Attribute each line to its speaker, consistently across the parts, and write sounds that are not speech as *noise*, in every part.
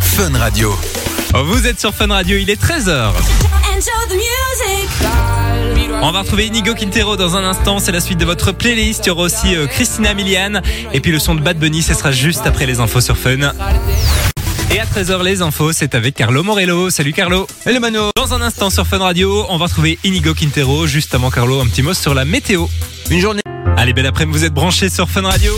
Speaker 1: Fun Radio.
Speaker 2: Vous êtes sur Fun Radio, il est 13h.
Speaker 3: Enjoy the music.
Speaker 2: On va retrouver Inigo Quintero dans un instant, c'est la suite de votre playlist. Il y aura aussi euh, Christina Milian et puis le son de Bad Bunny, ce sera juste après les infos sur Fun. Et à 13h les infos, c'est avec Carlo Morello. Salut Carlo. Hello Mano. Dans un instant sur Fun Radio, on va retrouver Inigo Quintero. Juste avant Carlo, un petit mot sur la météo.
Speaker 1: Une journée.
Speaker 2: Allez, belle après vous êtes branchés sur Fun Radio.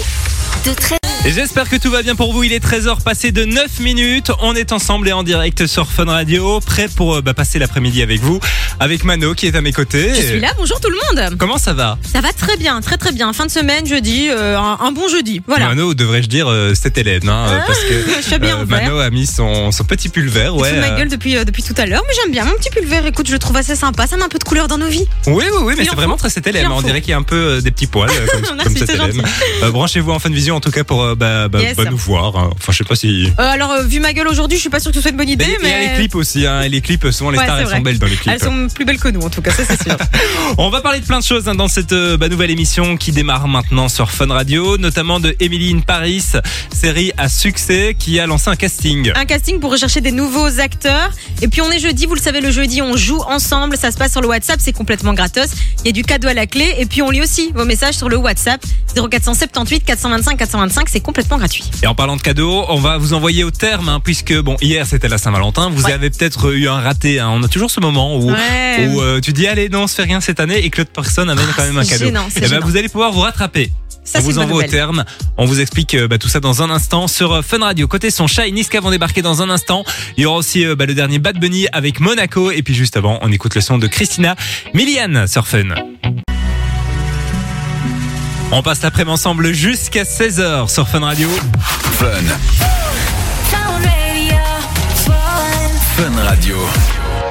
Speaker 3: De très
Speaker 2: Et J'espère que tout va bien pour vous. Il est 13h passé de 9 minutes. On est ensemble et en direct sur Fun Radio, prêt pour euh, bah, passer l'après-midi avec vous, avec Mano qui est à mes côtés.
Speaker 4: Je suis là, bonjour tout le monde
Speaker 2: Comment ça va
Speaker 4: Ça va très bien, très très bien. Fin de semaine, jeudi, euh, un, un bon jeudi. Voilà. Ah,
Speaker 2: Mano, devrais-je dire, euh, cet élève, hein, euh, parce que
Speaker 4: *laughs* Je suis bien
Speaker 2: euh,
Speaker 4: en vert.
Speaker 2: Mano a mis son, son petit pull vert,
Speaker 4: Sous
Speaker 2: ouais.
Speaker 4: ma
Speaker 2: euh,
Speaker 4: gueule depuis, euh, depuis tout à l'heure, mais j'aime bien. Mon petit pull vert, écoute, je le trouve assez sympa. Ça met un peu de couleur dans nos vies.
Speaker 2: Oui, oui, oui, mais
Speaker 4: Il
Speaker 2: c'est
Speaker 4: en
Speaker 2: vraiment
Speaker 4: faut.
Speaker 2: très cet élève.
Speaker 4: Il en
Speaker 2: On
Speaker 4: faut.
Speaker 2: dirait qu'il y a un peu euh, des petits poils,
Speaker 4: *laughs*
Speaker 2: euh, comme,
Speaker 4: Merci,
Speaker 2: comme cet
Speaker 4: c'est
Speaker 2: élève.
Speaker 4: gentil.
Speaker 2: Euh, Branchez-vous en fin de vision, en tout cas, pour euh, bah, bah,
Speaker 4: Yes.
Speaker 2: bah, nous voir. hein. Enfin, je sais pas si.
Speaker 4: Euh, alors, euh, vu ma gueule aujourd'hui, je suis pas sûre que ce soit une bonne idée,
Speaker 2: Et-
Speaker 4: mais.
Speaker 2: et les clips aussi, hein, et les clips, souvent les
Speaker 4: Ouais,
Speaker 2: stars,
Speaker 4: c'est
Speaker 2: elles
Speaker 4: vrai.
Speaker 2: sont belles dans les clips.
Speaker 4: Elles sont plus belles que nous, en tout cas, ça
Speaker 2: *laughs*
Speaker 4: c'est sûr.
Speaker 2: On va parler de plein de choses hein, dans cette euh, bah, nouvelle émission qui démarre maintenant sur Fun Radio, notamment de Emily in Paris, série à succès qui a lancé un casting.
Speaker 4: un casting pour rechercher des nouveaux acteurs. Et puis on est jeudi, vous le savez, le jeudi, on joue ensemble. Ça se passe sur le WhatsApp, c'est complètement gratos. Il y a du cadeau à la clé. Et puis on lit aussi vos messages sur le WhatsApp 0478 425 425, c'est complètement gratuit.
Speaker 2: Et en parlant de cadeaux, on va vous envoyer au terme, hein, puisque bon, hier c'était la Saint-Valentin, vous
Speaker 4: Ouais.
Speaker 2: avez peut-être eu un raté. hein. On a toujours ce moment où,
Speaker 4: Ouais.
Speaker 2: où, euh, tu dis allez non, on se fait rien cette année, et que l'autre personne amène quand même un
Speaker 4: Ah, c'est
Speaker 2: cadeau.
Speaker 4: gênant, c'est
Speaker 2: et ben
Speaker 4: gênant.
Speaker 2: vous allez pouvoir vous rattraper.
Speaker 4: Ça,
Speaker 2: on
Speaker 4: c'est
Speaker 2: vous
Speaker 4: une bonne
Speaker 2: envoie au
Speaker 4: nouvelle.
Speaker 2: terme. On vous explique euh, bah, tout ça dans un instant sur euh, Fun Radio. Côté son chat et Niska vont débarquer dans un instant. Il y aura aussi euh, bah, le dernier Bad Bunny avec Monaco. Et puis juste avant, on écoute le son de Christina Milian sur Fun. On passe l'après-midi ensemble jusqu'à 16h sur Fun Radio.
Speaker 1: Fun. Fun Radio.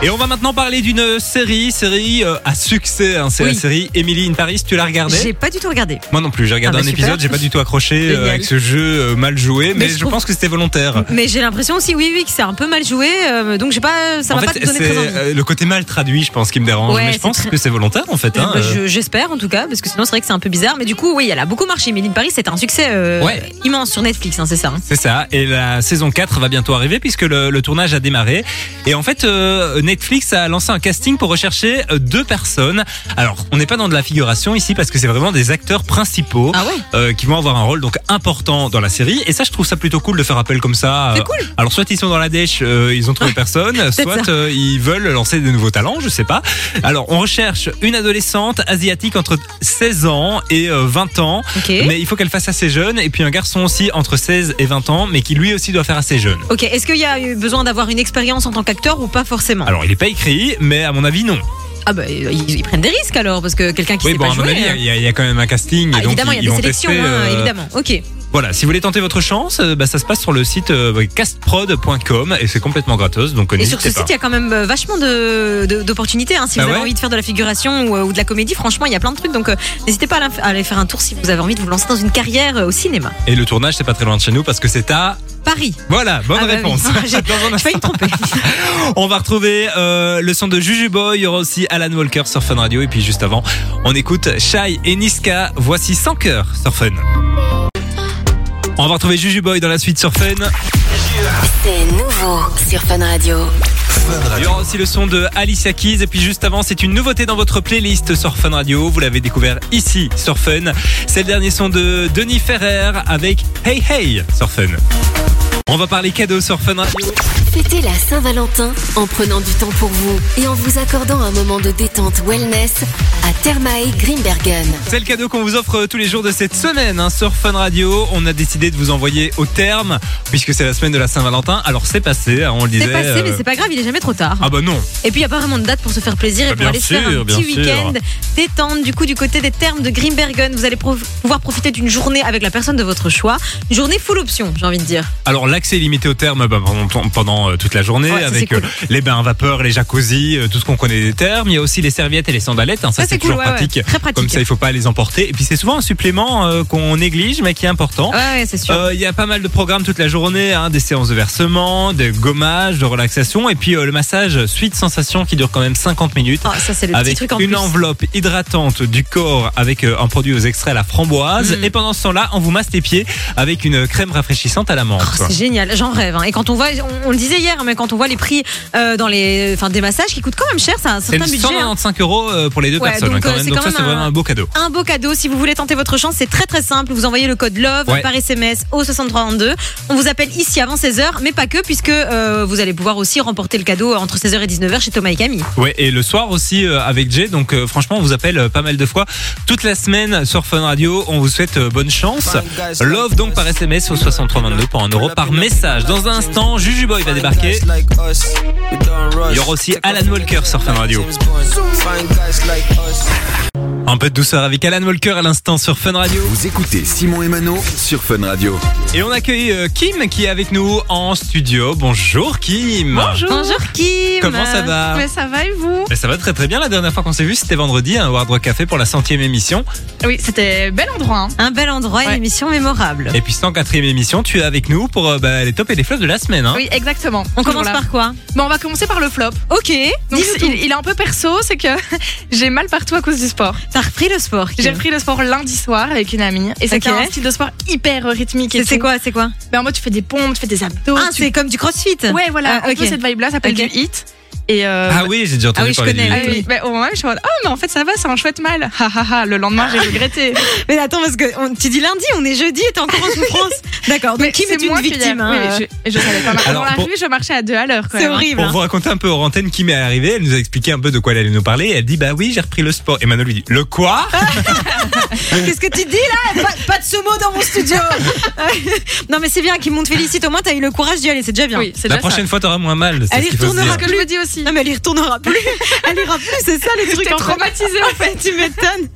Speaker 2: Et on va maintenant parler d'une série, série euh, à succès. hein. C'est la
Speaker 4: Oui.
Speaker 2: série Emily in Paris. Tu l'as regardée
Speaker 4: J'ai pas du tout regardé.
Speaker 2: Moi non plus. J'ai regardé
Speaker 4: Ah bah
Speaker 2: un
Speaker 4: super.
Speaker 2: épisode. J'ai pas du tout accroché euh,
Speaker 4: Génial.
Speaker 2: avec ce jeu euh, mal joué, mais,
Speaker 4: je
Speaker 2: je
Speaker 4: trouve-
Speaker 2: pense que c'était volontaire.
Speaker 4: Mais j'ai l'impression aussi, oui, oui, que c'est un peu mal joué. euh, donc j'ai pas, ça
Speaker 2: en
Speaker 4: m'a pas
Speaker 2: fait,
Speaker 4: donné
Speaker 2: c'est
Speaker 4: très envie.
Speaker 2: euh, le côté mal traduit, je pense, qui me dérange.
Speaker 4: Ouais,
Speaker 2: mais je
Speaker 4: c'est
Speaker 2: pense
Speaker 4: très-
Speaker 2: que c'est volontaire, en fait. hein.
Speaker 4: Bah, je- J'espère en tout cas, parce que sinon c'est vrai que c'est un peu bizarre. Mais du coup, oui, elle a beaucoup marché. Emily in Paris, c'est un succès euh,
Speaker 2: Ouais.
Speaker 4: immense sur Netflix, hein, c'est ça. hein.
Speaker 2: C'est ça. Et la saison 4 va bientôt arriver puisque le, le tournage a démarré. Et en fait, euh, Netflix a lancé un casting pour rechercher euh, deux personnes. Alors, on n'est pas dans de la figuration ici parce que c'est vraiment des acteurs principaux.
Speaker 4: Ah ouais
Speaker 2: euh, qui vont avoir un rôle donc important dans la série et ça je trouve ça plutôt cool de faire appel comme ça
Speaker 4: C'est
Speaker 2: Euh,
Speaker 4: cool.
Speaker 2: alors soit ils sont dans la dèche euh, ils ont
Speaker 4: *laughs*
Speaker 2: trouvé personne soit
Speaker 4: ça.
Speaker 2: euh, ils veulent lancer de nouveaux talents je sais pas alors on recherche une adolescente asiatique entre 16 ans et euh, 20 ans
Speaker 4: Ok.
Speaker 2: mais il faut qu'elle fasse assez jeune. Et puis un garçon aussi entre 16 et 20 ans, mais qui lui aussi doit faire assez jeune.
Speaker 4: Ok, est-ce qu'il y a eu besoin d'avoir une expérience en tant qu'acteur ou pas forcément
Speaker 2: Alors il est pas écrit, mais à mon avis non.
Speaker 4: Ah bah ils, ils prennent des risques alors parce que quelqu'un qui
Speaker 2: oui,
Speaker 4: sait
Speaker 2: bon,
Speaker 4: pas
Speaker 2: à mon
Speaker 4: jouer.
Speaker 2: avis,
Speaker 4: euh,
Speaker 2: il y, a- il y a quand même un casting.
Speaker 4: ah,
Speaker 2: et donc,
Speaker 4: évidemment,
Speaker 2: ils,
Speaker 4: il y
Speaker 2: ils
Speaker 4: a
Speaker 2: vont
Speaker 4: des sélections,
Speaker 2: tester,
Speaker 4: hein,
Speaker 2: euh,
Speaker 4: évidemment. Ok.
Speaker 2: Voilà, si vous voulez tenter votre chance, euh, bah, ça se passe sur le site euh, castprod.com et c'est complètement gratos. Donc euh,
Speaker 4: Et sur
Speaker 2: n'hésitez
Speaker 4: ce
Speaker 2: pas.
Speaker 4: site, il y a quand même euh, vachement de- de- d'opportunités. hein. Si
Speaker 2: Ah
Speaker 4: vous avez
Speaker 2: ouais
Speaker 4: envie de faire de la figuration ou, euh, ou de la comédie, franchement, il y a plein de trucs. Donc euh, n'hésitez pas à la- à aller faire un tour si vous avez envie de vous lancer dans une carrière euh, au cinéma.
Speaker 2: Et le tournage, c'est pas très loin de chez nous parce que c'est à.
Speaker 4: Paris.
Speaker 2: Voilà, bonne
Speaker 4: Ah bah oui.
Speaker 2: réponse.
Speaker 4: *laughs* J'ai
Speaker 2: Dans un
Speaker 4: j'ai failli me tromper.
Speaker 2: *laughs* On va retrouver euh, le son de Juju Boy, il y aura aussi Alan Walker sur Fun Radio et puis juste avant, on écoute Shai et Niska, voici Sans cœur sur Fun. On va retrouver Juju Boy dans la suite sur Fun.
Speaker 3: C'est nouveau sur Fun Radio.
Speaker 2: Il y aura aussi le son de Alicia Keys et puis juste avant, c'est une nouveauté dans votre playlist sur Fun Radio. Vous l'avez découvert ici sur Fun. C'est le dernier son de Denis Ferrer avec Hey Hey sur Fun. On va parler cadeaux sur Fun Radio.
Speaker 3: Fêtez la Saint-Valentin en prenant du temps pour vous et en vous accordant un moment de détente wellness à Thermae Grimbergen.
Speaker 2: C'est le cadeau qu'on vous offre tous les jours de cette semaine hein, sur Fun Radio. On a décidé de vous envoyer au terme puisque c'est la semaine de la Saint-Valentin. Alors c'est passé, hein, on le disait.
Speaker 4: C'est passé, mais
Speaker 2: euh,
Speaker 4: c'est pas grave, il est jamais trop tard.
Speaker 2: Ah bah non.
Speaker 4: Et puis il n'y a pas vraiment de date pour se faire plaisir et
Speaker 2: Bah,
Speaker 4: pour
Speaker 2: bien
Speaker 4: aller se faire
Speaker 2: sûr,
Speaker 4: un
Speaker 2: bien
Speaker 4: petit
Speaker 2: sûr.
Speaker 4: week-end détente. Du coup, du côté des termes de Grimbergen, vous allez pro- pouvoir profiter d'une journée avec la personne de votre choix. Une journée full option, j'ai envie de dire.
Speaker 2: Alors l'accès est limité au terme bah, pendant, pendant pendant euh, toute la journée
Speaker 4: Ouais, ça, c'est
Speaker 2: avec
Speaker 4: cool.
Speaker 2: euh, les bains à vapeur, les jacuzzis, euh, tout ce qu'on connaît des termes. Il y a aussi les serviettes et les sandalettes. hein, ça,
Speaker 4: Ça,
Speaker 2: c'est
Speaker 4: c'est cool,
Speaker 2: toujours
Speaker 4: ouais, ouais.
Speaker 2: pratique.
Speaker 4: Très pratique.
Speaker 2: Comme ça, il faut pas les emporter. Et puis c'est souvent un supplément euh, qu'on néglige mais qui est important.
Speaker 4: Ouais, ouais, c'est Ah, sûr.
Speaker 2: Euh, Il y a pas mal de programmes toute la journée, hein, des séances de versement, de gommage, de relaxation, et puis euh, le massage suite sensation qui dure quand même 50 minutes.
Speaker 4: Ah, ça, c'est le petit
Speaker 2: avec
Speaker 4: truc en
Speaker 2: une
Speaker 4: plus.
Speaker 2: enveloppe hydratante du corps avec euh, un produit aux extraits à la
Speaker 4: Mm.
Speaker 2: framboise. Et pendant ce temps-là, on vous masse les pieds avec une crème rafraîchissante à la menthe.
Speaker 4: Oh, c'est génial, j'en rêve. hein. Et quand on voit, on, on le disait hier, mais quand on voit les prix euh, dans les, enfin, des massages qui coûtent quand même cher, c'est un
Speaker 2: c'est
Speaker 4: certain budget. hein.
Speaker 2: 195 euros euh, pour les deux
Speaker 4: Ouais,
Speaker 2: personnes.
Speaker 4: donc,
Speaker 2: hein, quand
Speaker 4: euh,
Speaker 2: même.
Speaker 4: c'est
Speaker 2: Donc
Speaker 4: quand
Speaker 2: ça,
Speaker 4: même
Speaker 2: c'est vraiment
Speaker 4: un-
Speaker 2: un beau cadeau.
Speaker 4: Un beau cadeau, si vous voulez tenter votre chance, c'est très très simple. Vous envoyez le code LOVE
Speaker 2: Ouais.
Speaker 4: par SMS au 6332. On vous appelle ici avant 16h, mais pas que, puisque euh, vous allez pouvoir aussi remporter le cadeau entre 16h et 19h chez Thomas et Camille.
Speaker 2: Ouais, et le soir aussi euh, avec Jay. Donc euh, franchement, on vous appelle euh, pas mal de fois toute la semaine sur Fun Radio. On vous souhaite euh, bonne chance. Love donc par SMS au 6322 pour 1 euro par message. Dans un instant, Juju Boy va débarquer.
Speaker 5: Il y aura aussi Alan Walker sur Fun Radio.
Speaker 2: Un peu de douceur avec Alan Walker à l'instant sur Fun Radio.
Speaker 1: Vous écoutez Simon et Mano sur Fun Radio.
Speaker 2: Et on accueille euh, Kim qui est avec nous en studio. Bonjour Kim.
Speaker 6: Bonjour.
Speaker 4: Bonjour Kim
Speaker 2: Comment ça va
Speaker 6: Mais ça va et vous
Speaker 2: Mais ça va très très bien. La dernière fois qu'on s'est vu, c'était vendredi à Wardrobe Café pour la centième émission.
Speaker 6: Oui, c'était bel endroit. hein.
Speaker 4: Un bel endroit, une
Speaker 6: Ouais.
Speaker 4: émission mémorable.
Speaker 2: Et puis 104 e émission, tu es avec nous pour euh, bah, les tops et les flops de la semaine. Hein.
Speaker 6: Oui, exactement.
Speaker 4: On
Speaker 6: Toujours
Speaker 4: commence
Speaker 6: là.
Speaker 4: par quoi
Speaker 6: Bon, on va commencer par le flop.
Speaker 4: Ok,
Speaker 6: Donc,
Speaker 4: dis-nous
Speaker 6: c'est-
Speaker 4: tout.
Speaker 6: il, il est un peu perso, c'est que *laughs* j'ai mal partout à cause du sport.
Speaker 4: T'as repris le sport. Kim.
Speaker 6: J'ai pris le sport lundi soir avec une amie et c'était
Speaker 4: Ok.
Speaker 6: un style de sport hyper rythmique. et
Speaker 4: C'est c'est
Speaker 6: tout.
Speaker 4: quoi C'est quoi
Speaker 6: Ben, En mode, tu fais des pompes, tu fais des abdos.
Speaker 4: Ah,
Speaker 6: tu-
Speaker 4: c'est comme du crossfit
Speaker 6: Ouais, voilà.
Speaker 4: Ah,
Speaker 6: un peu
Speaker 4: ok.
Speaker 6: cette vibe-là, ça s'appelle
Speaker 4: Ok.
Speaker 6: du hit. Et euh,
Speaker 2: Ah oui, j'ai déjà entendu
Speaker 4: Ah oui, je
Speaker 2: parler
Speaker 4: connais.
Speaker 2: du-
Speaker 6: ah oui, ben, au moment, je suis en mode, oh, mais en fait, ça va, c'est un chouette mal. *laughs* Ha ha ha, le lendemain, j'ai regretté.
Speaker 4: *laughs* Mais attends, parce que on- tu dis lundi, on est jeudi et t'es encore en
Speaker 6: *laughs*
Speaker 4: souffrance. D'accord, donc Kim
Speaker 6: c'est
Speaker 4: est une
Speaker 6: moi qui l'ai-
Speaker 4: victime. hein.
Speaker 6: Oui, je, je savais pas. mal.
Speaker 2: Alors,
Speaker 6: Dans la
Speaker 2: pour-
Speaker 6: rue, je marchais à deux à l'heure. quand
Speaker 4: C'est
Speaker 6: même.
Speaker 4: horrible.
Speaker 2: Pour
Speaker 4: hein.
Speaker 2: vous raconter un peu hors antenne, Kim est arrivée, elle nous a expliqué un peu de quoi elle allait nous parler, et elle dit bah oui, j'ai repris le sport. Et Manon lui dit le quoi
Speaker 4: Ah, Qu'est-ce que tu dis là pas, pas de ce mot dans mon
Speaker 6: *laughs*
Speaker 4: studio Non mais c'est bien qu'il monte félicite, au moins t'as eu le courage d'y aller, c'est déjà bien.
Speaker 6: Oui, c'est
Speaker 2: La
Speaker 6: déjà ça.
Speaker 2: prochaine fois t'auras moins mal. c'est
Speaker 4: Elle
Speaker 2: ce
Speaker 4: y
Speaker 2: qu'il faut se
Speaker 4: retournera
Speaker 2: dire.
Speaker 6: que je me dis aussi.
Speaker 4: Non mais elle y retournera plus, elle ira plus, c'est ça le truc
Speaker 6: *laughs* J'étais
Speaker 4: en fait.
Speaker 6: traumatisée,
Speaker 4: *laughs* en fait, tu
Speaker 6: *laughs*
Speaker 4: m'étonnes.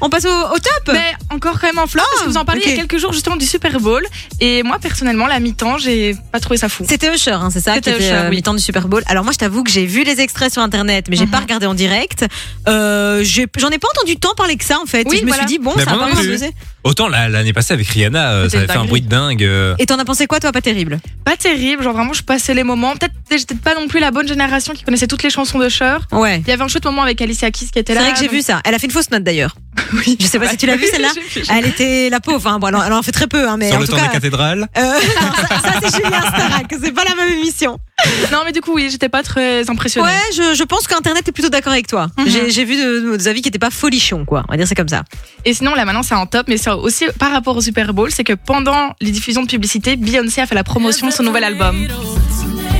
Speaker 4: On passe au, au top
Speaker 6: Mais encore quand même en flop, parce que vous en parliez
Speaker 4: ok.
Speaker 6: il y a quelques jours justement du Super Bowl. Et moi, personnellement, la mi-temps, j'ai pas trouvé ça fou.
Speaker 4: C'était Usher, hein, c'est ça
Speaker 6: C'était
Speaker 4: qui était,
Speaker 6: Usher,
Speaker 4: euh,
Speaker 6: oui. Mhm.
Speaker 4: mi-temps du Super Bowl. Alors moi, je t'avoue que j'ai vu les extraits sur Internet, mais j'ai pas regardé en direct. Euh, j'ai- J'en ai pas entendu tant parler que ça, en fait.
Speaker 6: Oui,
Speaker 4: Et je
Speaker 6: voilà.
Speaker 4: me suis dit, bon,
Speaker 2: Mais
Speaker 4: ça
Speaker 2: moi
Speaker 4: va
Speaker 2: non
Speaker 4: pas
Speaker 2: plus.
Speaker 4: m'amuser.
Speaker 2: Autant la- l'année passée avec Rihanna, euh, ça
Speaker 6: C'était
Speaker 2: avait fait un
Speaker 6: dingue.
Speaker 2: bruit de dingue. euh.
Speaker 4: Et t'en as pensé quoi, toi Pas terrible.
Speaker 6: Pas terrible, genre vraiment, je passais les moments. Peut-être j'étais pas non plus la bonne génération qui connaissait toutes les chansons de Usher.
Speaker 4: Ouais.
Speaker 6: Il y avait un chouette moment avec Alicia Keys qui était
Speaker 4: C'est
Speaker 6: là.
Speaker 4: vrai que j'ai
Speaker 6: donc-
Speaker 4: vu ça. Elle a fait une fausse note d'ailleurs.
Speaker 6: *laughs* Oui.
Speaker 4: Je sais pas si tu l'as vu, celle-là
Speaker 6: *laughs* J'ai vu.
Speaker 4: Elle était la pauvre. Hein. Bon, alors, elle en fait très peu, hein, mais
Speaker 2: Sur
Speaker 4: en
Speaker 2: le
Speaker 4: tout
Speaker 2: temps
Speaker 4: cas.
Speaker 2: des cathédrales.
Speaker 4: euh, *laughs* non, ça, ça, c'est Julien Starac, c'est pas la même émission.
Speaker 6: Non, mais du coup, oui, j'étais pas très impressionnée.
Speaker 4: Ouais, je, je pense qu'Internet est plutôt d'accord avec toi.
Speaker 6: Mhm.
Speaker 4: J'ai- J'ai vu de- des avis qui étaient pas folichons, quoi. On va dire c'est comme ça.
Speaker 6: Et sinon, là maintenant, c'est un top, mais c'est aussi par rapport au Super Bowl, c'est que pendant les diffusions de publicité, Beyoncé a fait la promotion de son nouvel album.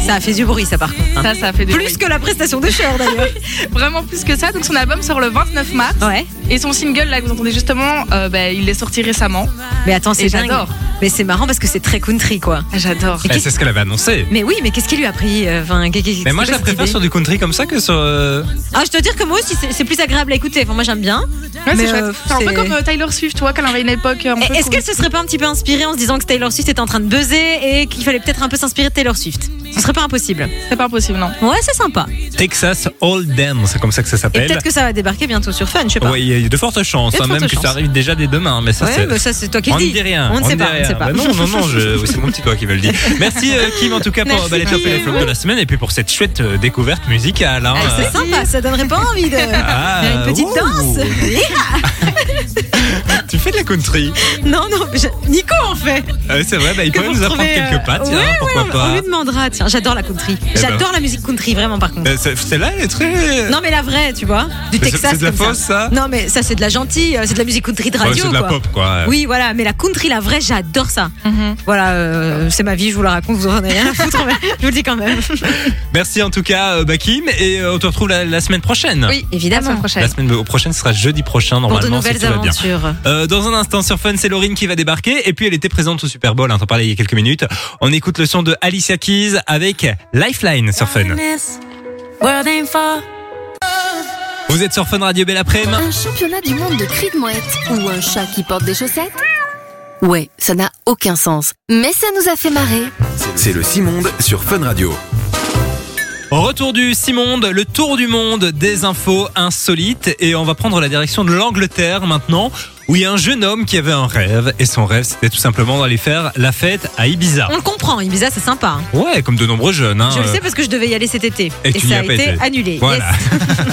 Speaker 4: Ça a fait du bruit, ça par contre. hein.
Speaker 6: Ça, ça a fait des
Speaker 4: Plus
Speaker 6: bruits.
Speaker 4: que la prestation de Cher d'ailleurs.
Speaker 6: vraiment plus que ça. Donc son album sort le 29 mars.
Speaker 4: *laughs* ouais.
Speaker 6: Et son single, là, que vous entendez justement, euh, bah, il est sorti récemment.
Speaker 4: Mais attends, c'est
Speaker 6: Et
Speaker 4: dingue.
Speaker 6: j'adore.
Speaker 4: Mais c'est marrant parce que c'est très country, quoi.
Speaker 6: Ah, J'adore.
Speaker 4: Mais
Speaker 2: Bah,
Speaker 4: qu'est-
Speaker 2: c'est ce qu'elle avait annoncé.
Speaker 4: Mais oui, mais qu'est-ce qui lui a pris euh, enfin, qu'est- qu'est-
Speaker 2: Mais moi je
Speaker 4: c'est
Speaker 2: la
Speaker 4: quoi cette
Speaker 2: préfère
Speaker 4: idée
Speaker 2: sur du country comme ça que sur. euh,
Speaker 4: Ah, je dois dire que moi aussi, c'est- c'est plus agréable à écouter. Enfin, moi j'aime bien.
Speaker 6: Ouais,
Speaker 4: Mais,
Speaker 6: c'est chouette.
Speaker 4: euh,
Speaker 6: C'est un
Speaker 4: c'est-
Speaker 6: peu comme euh, Tyler Swift, tu vois, qu'elle avait une époque. euh, un peu
Speaker 4: Et Est-ce
Speaker 6: cool.
Speaker 4: qu'elle se serait pas un petit peu inspirée en se disant que Taylor Swift était en train de buzzer et qu'il fallait peut-être un peu s'inspirer de Taylor Swift Ce serait pas impossible.
Speaker 6: c'est pas impossible, non
Speaker 4: Ouais, c'est sympa.
Speaker 2: Texas Hold'em, c'est comme ça que ça
Speaker 4: Et
Speaker 2: s'appelle.
Speaker 4: peut-être que ça va débarquer bientôt sur Fun, je sais pas.
Speaker 2: Ouais, il y a de fortes chances,
Speaker 4: Il y a de
Speaker 2: hein, même
Speaker 4: fortes
Speaker 2: que ça
Speaker 4: chances.
Speaker 2: arrive déjà dès demain. Mais ça,
Speaker 4: Ouais,
Speaker 2: c'est-
Speaker 4: mais ça, c'est toi qui
Speaker 2: on
Speaker 4: le dis.
Speaker 2: ne dit rien.
Speaker 4: On ne sait
Speaker 2: dit
Speaker 4: pas, on
Speaker 2: rien.
Speaker 4: ne sait pas.
Speaker 2: Bah non, non, non, je- oui, c'est mon petit doigt qui veut
Speaker 4: *laughs*
Speaker 2: le dire. Merci euh, Kim en tout cas pour
Speaker 4: Merci,
Speaker 2: bah, les tops et les
Speaker 4: Kim.
Speaker 2: flops de la semaine et puis pour cette chouette euh, découverte musicale. hein.
Speaker 4: *laughs* Ah, c'est sympa, ça donnerait pas envie de
Speaker 2: Ah,
Speaker 4: faire une petite
Speaker 2: ouh.
Speaker 4: danse.
Speaker 2: tu fais de la
Speaker 4: *laughs*
Speaker 2: country.
Speaker 4: non, non, mais je- Nico en fait.
Speaker 2: Euh, c'est vrai, bah, il
Speaker 4: Que
Speaker 2: pourrait
Speaker 4: vous
Speaker 2: nous apprendre
Speaker 4: retrouvez, euh,
Speaker 2: quelques pattes,
Speaker 4: ouais,
Speaker 2: hein, pourquoi
Speaker 4: On
Speaker 2: pas.
Speaker 4: lui demandera. Tiens, j'adore la country.
Speaker 2: ben.
Speaker 4: J'adore la musique country vraiment par contre.
Speaker 2: Euh, c'est- Celle-là, elle est très.
Speaker 4: Non mais la vraie, tu vois, du
Speaker 2: Mais c'est-
Speaker 4: Texas
Speaker 2: c'est de la
Speaker 4: comme
Speaker 2: fausse, ça
Speaker 4: Non mais ça c'est de la gentille, euh, c'est de la musique country de
Speaker 2: Ouais,
Speaker 4: radio
Speaker 2: c'est de la
Speaker 4: quoi.
Speaker 2: pop, quoi.
Speaker 4: Oui, voilà, mais la country, la vraie, j'adore ça. Voilà, euh, c'est ma vie, je vous la raconte, vous en avez rien à foutre, mais je vous le dis quand même.
Speaker 2: Merci en tout cas, euh, bah, Kim, et euh, on te retrouve la, la semaine prochaine.
Speaker 6: Oui,
Speaker 4: évidemment.
Speaker 6: À la semaine prochaine.
Speaker 2: La semaine prochaine, ce sera jeudi prochain,
Speaker 4: Pour
Speaker 2: normalement,
Speaker 4: de
Speaker 2: si
Speaker 4: nouvelles
Speaker 2: tout va bien.
Speaker 4: aventures.
Speaker 2: Euh, dans un instant sur Fun, c'est Laurine qui va débarquer. Et puis elle était présente au Super Bowl, hein, t'en parlais il y a quelques minutes. On écoute le son de Alicia Keys avec Lifeline sur Fun. Vous êtes sur Fun Radio Belle après
Speaker 3: Un championnat du monde de cri de mouette ou un chat qui porte des chaussettes Ouais, ça n'a aucun sens. Mais ça nous a fait marrer.
Speaker 1: C'est le Simonde sur Fun Radio.
Speaker 2: Retour du Simonde, le tour du monde des infos insolites et on va prendre la direction de l'Angleterre maintenant où il y a un jeune homme qui avait un rêve et son rêve c'était tout simplement d'aller faire la fête à Ibiza.
Speaker 4: On le comprend, Ibiza, c'est sympa. hein.
Speaker 2: Ouais, comme de nombreux jeunes. hein.
Speaker 4: Je le sais parce que je devais y aller cet été.
Speaker 2: Et tu n'y
Speaker 4: ça a
Speaker 2: as pas
Speaker 4: été,
Speaker 2: été.
Speaker 4: annulé.
Speaker 2: Voilà.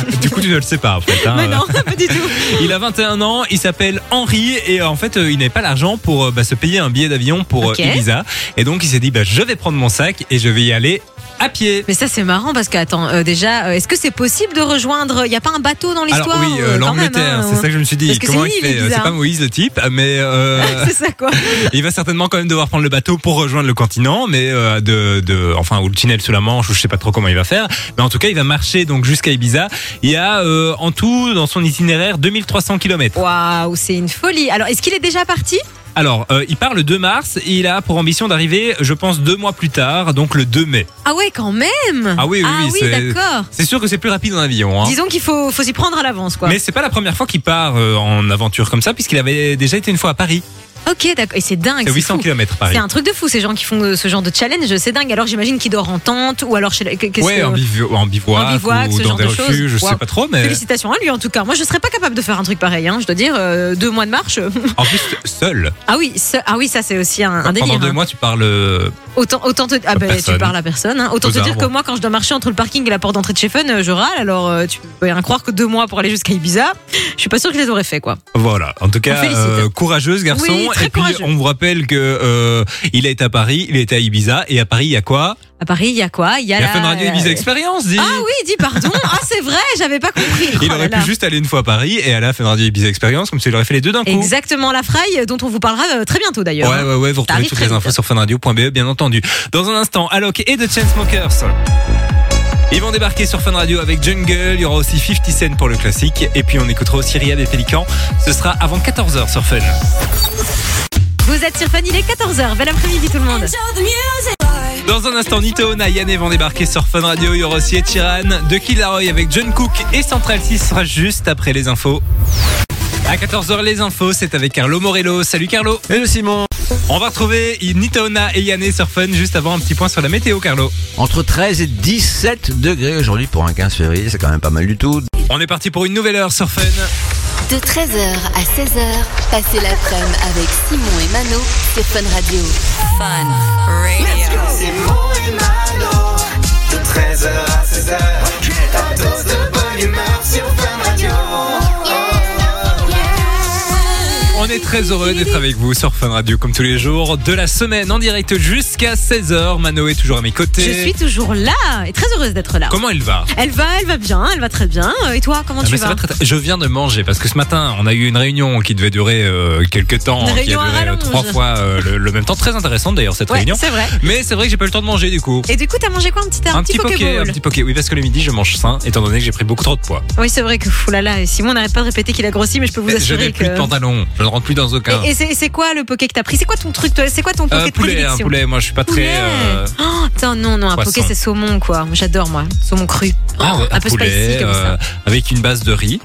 Speaker 4: Yes.
Speaker 2: *laughs* du coup, tu ne le sais pas en fait. hein.
Speaker 4: Mais non, *laughs* pas du tout.
Speaker 2: Il a 21 ans, il s'appelle Henri et euh, en fait euh, il n'avait pas l'argent pour euh, bah, se payer un billet d'avion pour euh,
Speaker 4: Ok.
Speaker 2: Ibiza et donc il s'est dit bah, je vais prendre mon sac et je vais y aller à pied.
Speaker 4: Mais ça, c'est marrant parce que, attends, euh, déjà, euh, est-ce que c'est possible de rejoindre. Il n'y a pas un bateau dans
Speaker 2: Alors
Speaker 4: l'histoire
Speaker 2: oui, euh,
Speaker 4: euh, quand même,
Speaker 2: l'Angleterre,
Speaker 4: hein,
Speaker 2: c'est ça que je me suis dit.
Speaker 4: Parce que
Speaker 2: Comment
Speaker 4: c'est
Speaker 2: il
Speaker 4: une
Speaker 2: fait
Speaker 4: île,
Speaker 2: euh, C'est
Speaker 4: Ibiza. hein.
Speaker 2: pas Moïse le type, mais
Speaker 4: *laughs*
Speaker 2: euh,
Speaker 4: C'est ça, quoi.
Speaker 2: il va certainement quand même devoir prendre le bateau pour rejoindre le continent, mais euh, de, de, enfin ou le tunnel sous la Manche, ou je sais pas trop comment il va faire. Mais en tout cas, il va marcher donc jusqu'à Ibiza. Il y a euh, en tout dans son itinéraire 2300 km.
Speaker 4: Waouh, c'est une folie. Alors, est-ce qu'il est déjà parti
Speaker 2: Alors, euh, il part le 2 mars et il a pour ambition d'arriver, je pense, deux mois plus tard, donc le 2 mai.
Speaker 4: Ah ouais, quand même
Speaker 2: Ah oui, oui,
Speaker 4: Ah
Speaker 2: oui,
Speaker 4: oui,
Speaker 2: c'est-
Speaker 4: d'accord.
Speaker 2: C'est sûr que c'est plus rapide en avion. Hein.
Speaker 4: Disons qu'il faut, faut s'y prendre à l'avance, quoi.
Speaker 2: Mais c'est pas la première fois qu'il part euh, en aventure comme ça, puisqu'il avait déjà été une fois à Paris.
Speaker 4: Ok, d'accord. Et c'est dingue.
Speaker 2: C'est
Speaker 4: Ah, C'est
Speaker 2: 800
Speaker 4: fou.
Speaker 2: km Paris.
Speaker 4: C'est un truc de fou, ces gens qui font euh, ce genre de challenge, c'est dingue. Alors j'imagine qu'ils dorment en tente ou alors chez. la- qu'est-ce
Speaker 2: Ouais,
Speaker 4: que-
Speaker 2: en, euh. bivo- en bivouac,
Speaker 4: en bivouac,
Speaker 2: ou
Speaker 4: ce
Speaker 2: dans
Speaker 4: genre
Speaker 2: des
Speaker 4: de
Speaker 2: refuges,
Speaker 4: choses.
Speaker 2: je sais
Speaker 4: Waouh.
Speaker 2: pas trop, mais
Speaker 4: Félicitations à lui en tout cas. Moi je serais pas capable de faire un truc pareil, hein, je dois dire. euh, deux mois de marche. *laughs*
Speaker 2: en plus seul.
Speaker 4: ah oui, ce- ah oui, ça c'est aussi un, un délire.
Speaker 2: Pendant deux
Speaker 4: hein.
Speaker 2: mois, tu parles. euh,
Speaker 4: Autant, autant te, ah bah,
Speaker 2: personne.
Speaker 4: tu parles à personne. hein. Autant
Speaker 2: Aux
Speaker 4: te dire
Speaker 2: arbres.
Speaker 4: que moi quand je dois marcher entre le parking et la porte d'entrée de chez Fun, euh, je râle. Alors euh, tu peux bien croire que deux mois pour aller jusqu'à Ibiza, je suis pas sûr que je les aurais fait quoi.
Speaker 2: Voilà. En tout cas,
Speaker 4: félicite.
Speaker 2: euh, courageuse garçon.
Speaker 4: Oui, très
Speaker 2: et puis
Speaker 4: courageux.
Speaker 2: on vous rappelle que euh, il a été à Paris, il a été à Ibiza, et à Paris, il y a quoi
Speaker 4: À Paris, il y a quoi Il y a
Speaker 2: Il y a
Speaker 4: la-
Speaker 2: Fun Radio Ibiza Experience. Dis.
Speaker 4: Ah oui, dis pardon. ah c'est vrai, j'avais pas compris. Oh
Speaker 2: Il
Speaker 4: là
Speaker 2: aurait
Speaker 4: là.
Speaker 2: pu juste aller une fois à Paris et aller à Fun Radio Ibiza Experience, comme ça il aurait fait les deux d'un coup.
Speaker 4: Exactement la fraille dont on vous parlera euh, très bientôt d'ailleurs.
Speaker 2: Ouais, ouais, ouais, vous retrouvez
Speaker 4: arrive
Speaker 2: toutes
Speaker 4: très
Speaker 2: les infos
Speaker 4: vite.
Speaker 2: sur funradio.be, bien entendu. Dans un instant, Alok et The Chainsmokers. Ils vont débarquer sur Fun Radio avec Jungle. Il y aura aussi 50 Cent pour le classique. Et puis on écoutera aussi Riyad et Pélican. Ce sera avant 14h sur Fun.
Speaker 4: Vous êtes sur Fun, il est 14h. Bel après-midi tout le monde.
Speaker 2: Dans un instant, Nito, Nayan et vont débarquer sur Fun Radio. Il y aura aussi Chiran, De Killaroy avec John Cook et Central 6 sera juste après les infos. À 14h, les infos, c'est avec Carlo Morello. Salut Carlo.
Speaker 7: Et le Simon
Speaker 2: On va retrouver Nitona et Yanné sur Fun juste avant un petit point sur la météo, Carlo.
Speaker 7: Entre 13 et 17 degrés aujourd'hui pour un 15 février, c'est quand même pas mal du tout.
Speaker 2: On est parti pour une nouvelle heure sur Fun.
Speaker 3: De 13h à 16h, passez l'après-midi avec Simon et Mano sur Fun Radio.
Speaker 5: De 13h à 16h, ta dose de bonne humeur sur Fun Radio.
Speaker 2: On est très heureux d'être avec vous sur Fun Radio comme tous les jours de la semaine en direct jusqu'à 16h. Mano est toujours à mes côtés.
Speaker 4: Je suis toujours là et très heureuse d'être là.
Speaker 2: Comment elle va
Speaker 4: Elle va, elle va bien, elle va très bien. Euh, Et toi, comment
Speaker 2: Ah,
Speaker 4: tu
Speaker 2: mais ça va
Speaker 4: vas
Speaker 2: très, très- Je viens de manger parce que ce matin on a eu une réunion qui devait durer euh, quelques temps,
Speaker 4: Une
Speaker 2: qui
Speaker 4: réunion
Speaker 2: a
Speaker 4: à
Speaker 2: duré euh,
Speaker 4: rallonge.
Speaker 2: trois fois euh, le, le même temps, très intéressante d'ailleurs cette
Speaker 4: Ouais,
Speaker 2: réunion.
Speaker 4: c'est vrai.
Speaker 2: Mais c'est vrai que j'ai pas eu le temps de manger du coup.
Speaker 4: Et du coup, t'as mangé quoi un petit, un petit
Speaker 2: poké,
Speaker 4: pokéball
Speaker 2: un petit poké. Oui, parce que le midi je mange sain, étant donné que j'ai pris beaucoup trop de poids.
Speaker 4: Oui, c'est vrai que foulala, Simon n'arrête pas de répéter qu'il a grossi, mais je peux vous
Speaker 2: Mais je
Speaker 4: assurer
Speaker 2: n'ai
Speaker 4: que.
Speaker 2: plus de pantalon, je ne rentre plus dans aucun.
Speaker 4: Et, et c'est- et c'est quoi le poké que t'as pris C'est quoi ton truc toi C'est quoi ton poké
Speaker 2: Euh,
Speaker 4: de
Speaker 2: poulet, hein,
Speaker 4: prédilection
Speaker 2: poulet. Moi, je suis pas très.
Speaker 4: Poulet.
Speaker 2: euh,
Speaker 4: Oh, attends, non, non, un
Speaker 2: Poisson.
Speaker 4: poké c'est saumon quoi. Moi, J'adore moi, saumon cru. Oh,
Speaker 2: Ah,
Speaker 4: un peu
Speaker 2: poulet,
Speaker 4: spicy comme
Speaker 2: euh,
Speaker 4: ça. Mhm.
Speaker 2: avec une base de riz.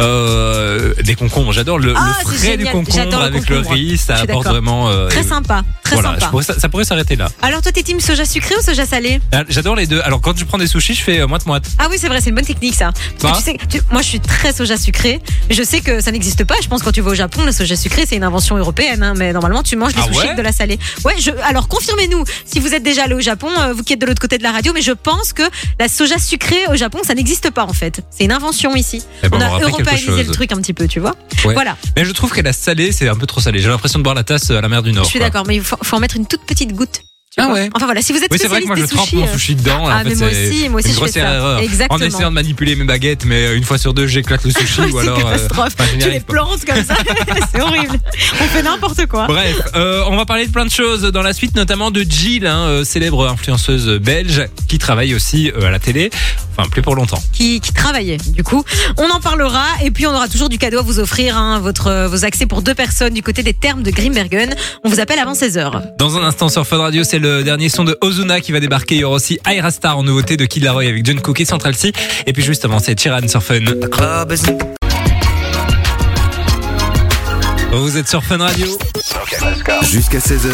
Speaker 2: Euh, des concombres, j'adore le,
Speaker 4: Ah,
Speaker 2: le
Speaker 4: c'est
Speaker 2: frais du
Speaker 4: génial.
Speaker 2: concombre
Speaker 4: J'adore le
Speaker 2: avec
Speaker 4: concombre.
Speaker 2: le riz, ça
Speaker 4: Je suis
Speaker 2: apporte
Speaker 4: d'accord.
Speaker 2: vraiment. euh,
Speaker 4: Très sympa, très
Speaker 2: voilà, je
Speaker 4: sympa.
Speaker 2: pourrais- ça, ça pourrait s'arrêter là.
Speaker 4: Alors toi, t'es team soja sucré ou soja salé
Speaker 2: Ah, J'adore les deux. Alors quand je prends des sushis, je fais euh, moite moite.
Speaker 4: Ah oui, c'est vrai, c'est une bonne technique ça.
Speaker 2: Bah.
Speaker 4: Parce que tu sais que tu- moi, je suis très soja sucré. mais Je sais que ça n'existe pas. Je pense que quand tu vas au Japon, le soja sucré, c'est une invention européenne. hein, mais normalement, tu manges des
Speaker 2: Ah
Speaker 4: sushis
Speaker 2: ouais
Speaker 4: avec de la salée. Ouais. Je, alors, confirmez-nous si vous êtes déjà allé au Japon, euh, vous qui êtes de l'autre côté de la radio. Mais je pense que la soja sucrée au Japon, ça n'existe pas en fait. C'est une invention ici.
Speaker 2: Eh ben,
Speaker 4: on
Speaker 2: on aura
Speaker 4: a
Speaker 2: fait quelque
Speaker 4: européanisé le
Speaker 2: chose.
Speaker 4: truc un petit peu, tu vois.
Speaker 2: Ouais.
Speaker 4: Voilà.
Speaker 2: Mais je trouve qu'elle a salé, c'est un peu trop salé. J'ai l'impression de boire la tasse euh, à la mer du Nord.
Speaker 4: je suis
Speaker 2: quoi.
Speaker 4: d'accord, mais il faut, faut en mettre une toute petite goutte. tu
Speaker 2: Ah
Speaker 4: vois.
Speaker 2: ouais.
Speaker 4: Enfin voilà, si vous êtes
Speaker 2: Oui, c'est vrai que
Speaker 4: spécialiste
Speaker 2: moi je
Speaker 4: des
Speaker 2: trempe
Speaker 4: sushis.
Speaker 2: mon
Speaker 4: euh, *laughs*
Speaker 2: sushi dedans.
Speaker 4: Ah,
Speaker 2: en fait,
Speaker 4: mais moi
Speaker 2: c'est
Speaker 4: aussi, moi aussi,
Speaker 2: une
Speaker 4: je fais
Speaker 2: grossière
Speaker 4: ça.
Speaker 2: erreur. En
Speaker 4: Exactement.
Speaker 2: essayant de manipuler mes baguettes, mais euh, une fois sur deux, j'éclate le sushi ou
Speaker 4: *laughs* c'est
Speaker 2: alors.
Speaker 4: une
Speaker 2: euh,
Speaker 4: catastrophe.
Speaker 2: enfin, je n'y
Speaker 4: tu les
Speaker 2: arrive pas.
Speaker 4: plantes comme ça, *laughs* c'est horrible. On fait n'importe quoi.
Speaker 2: Bref, euh, on va parler de plein de choses dans la suite, notamment de Jill, hein, euh, célèbre influenceuse belge qui travaille aussi euh, à la télé, enfin plus pour longtemps.
Speaker 4: qui, qui travaillait. Du coup, on en parlera et puis on aura toujours du cadeau à vous offrir, hein, votre, euh, vos accès pour deux personnes du côté des thermes de Grimbergen. On vous appelle avant 16h.
Speaker 2: Dans un instant sur Fun Radio, c'est le dernier son de Ozuna qui va débarquer. Il y aura aussi Aira Star en nouveauté de Kid Laroi avec John Cook et Central C. Et puis juste avant, c'est Chiran sur Fun.
Speaker 5: The club is
Speaker 2: Vous êtes sur Fun Radio.
Speaker 1: Jusqu'à 16h,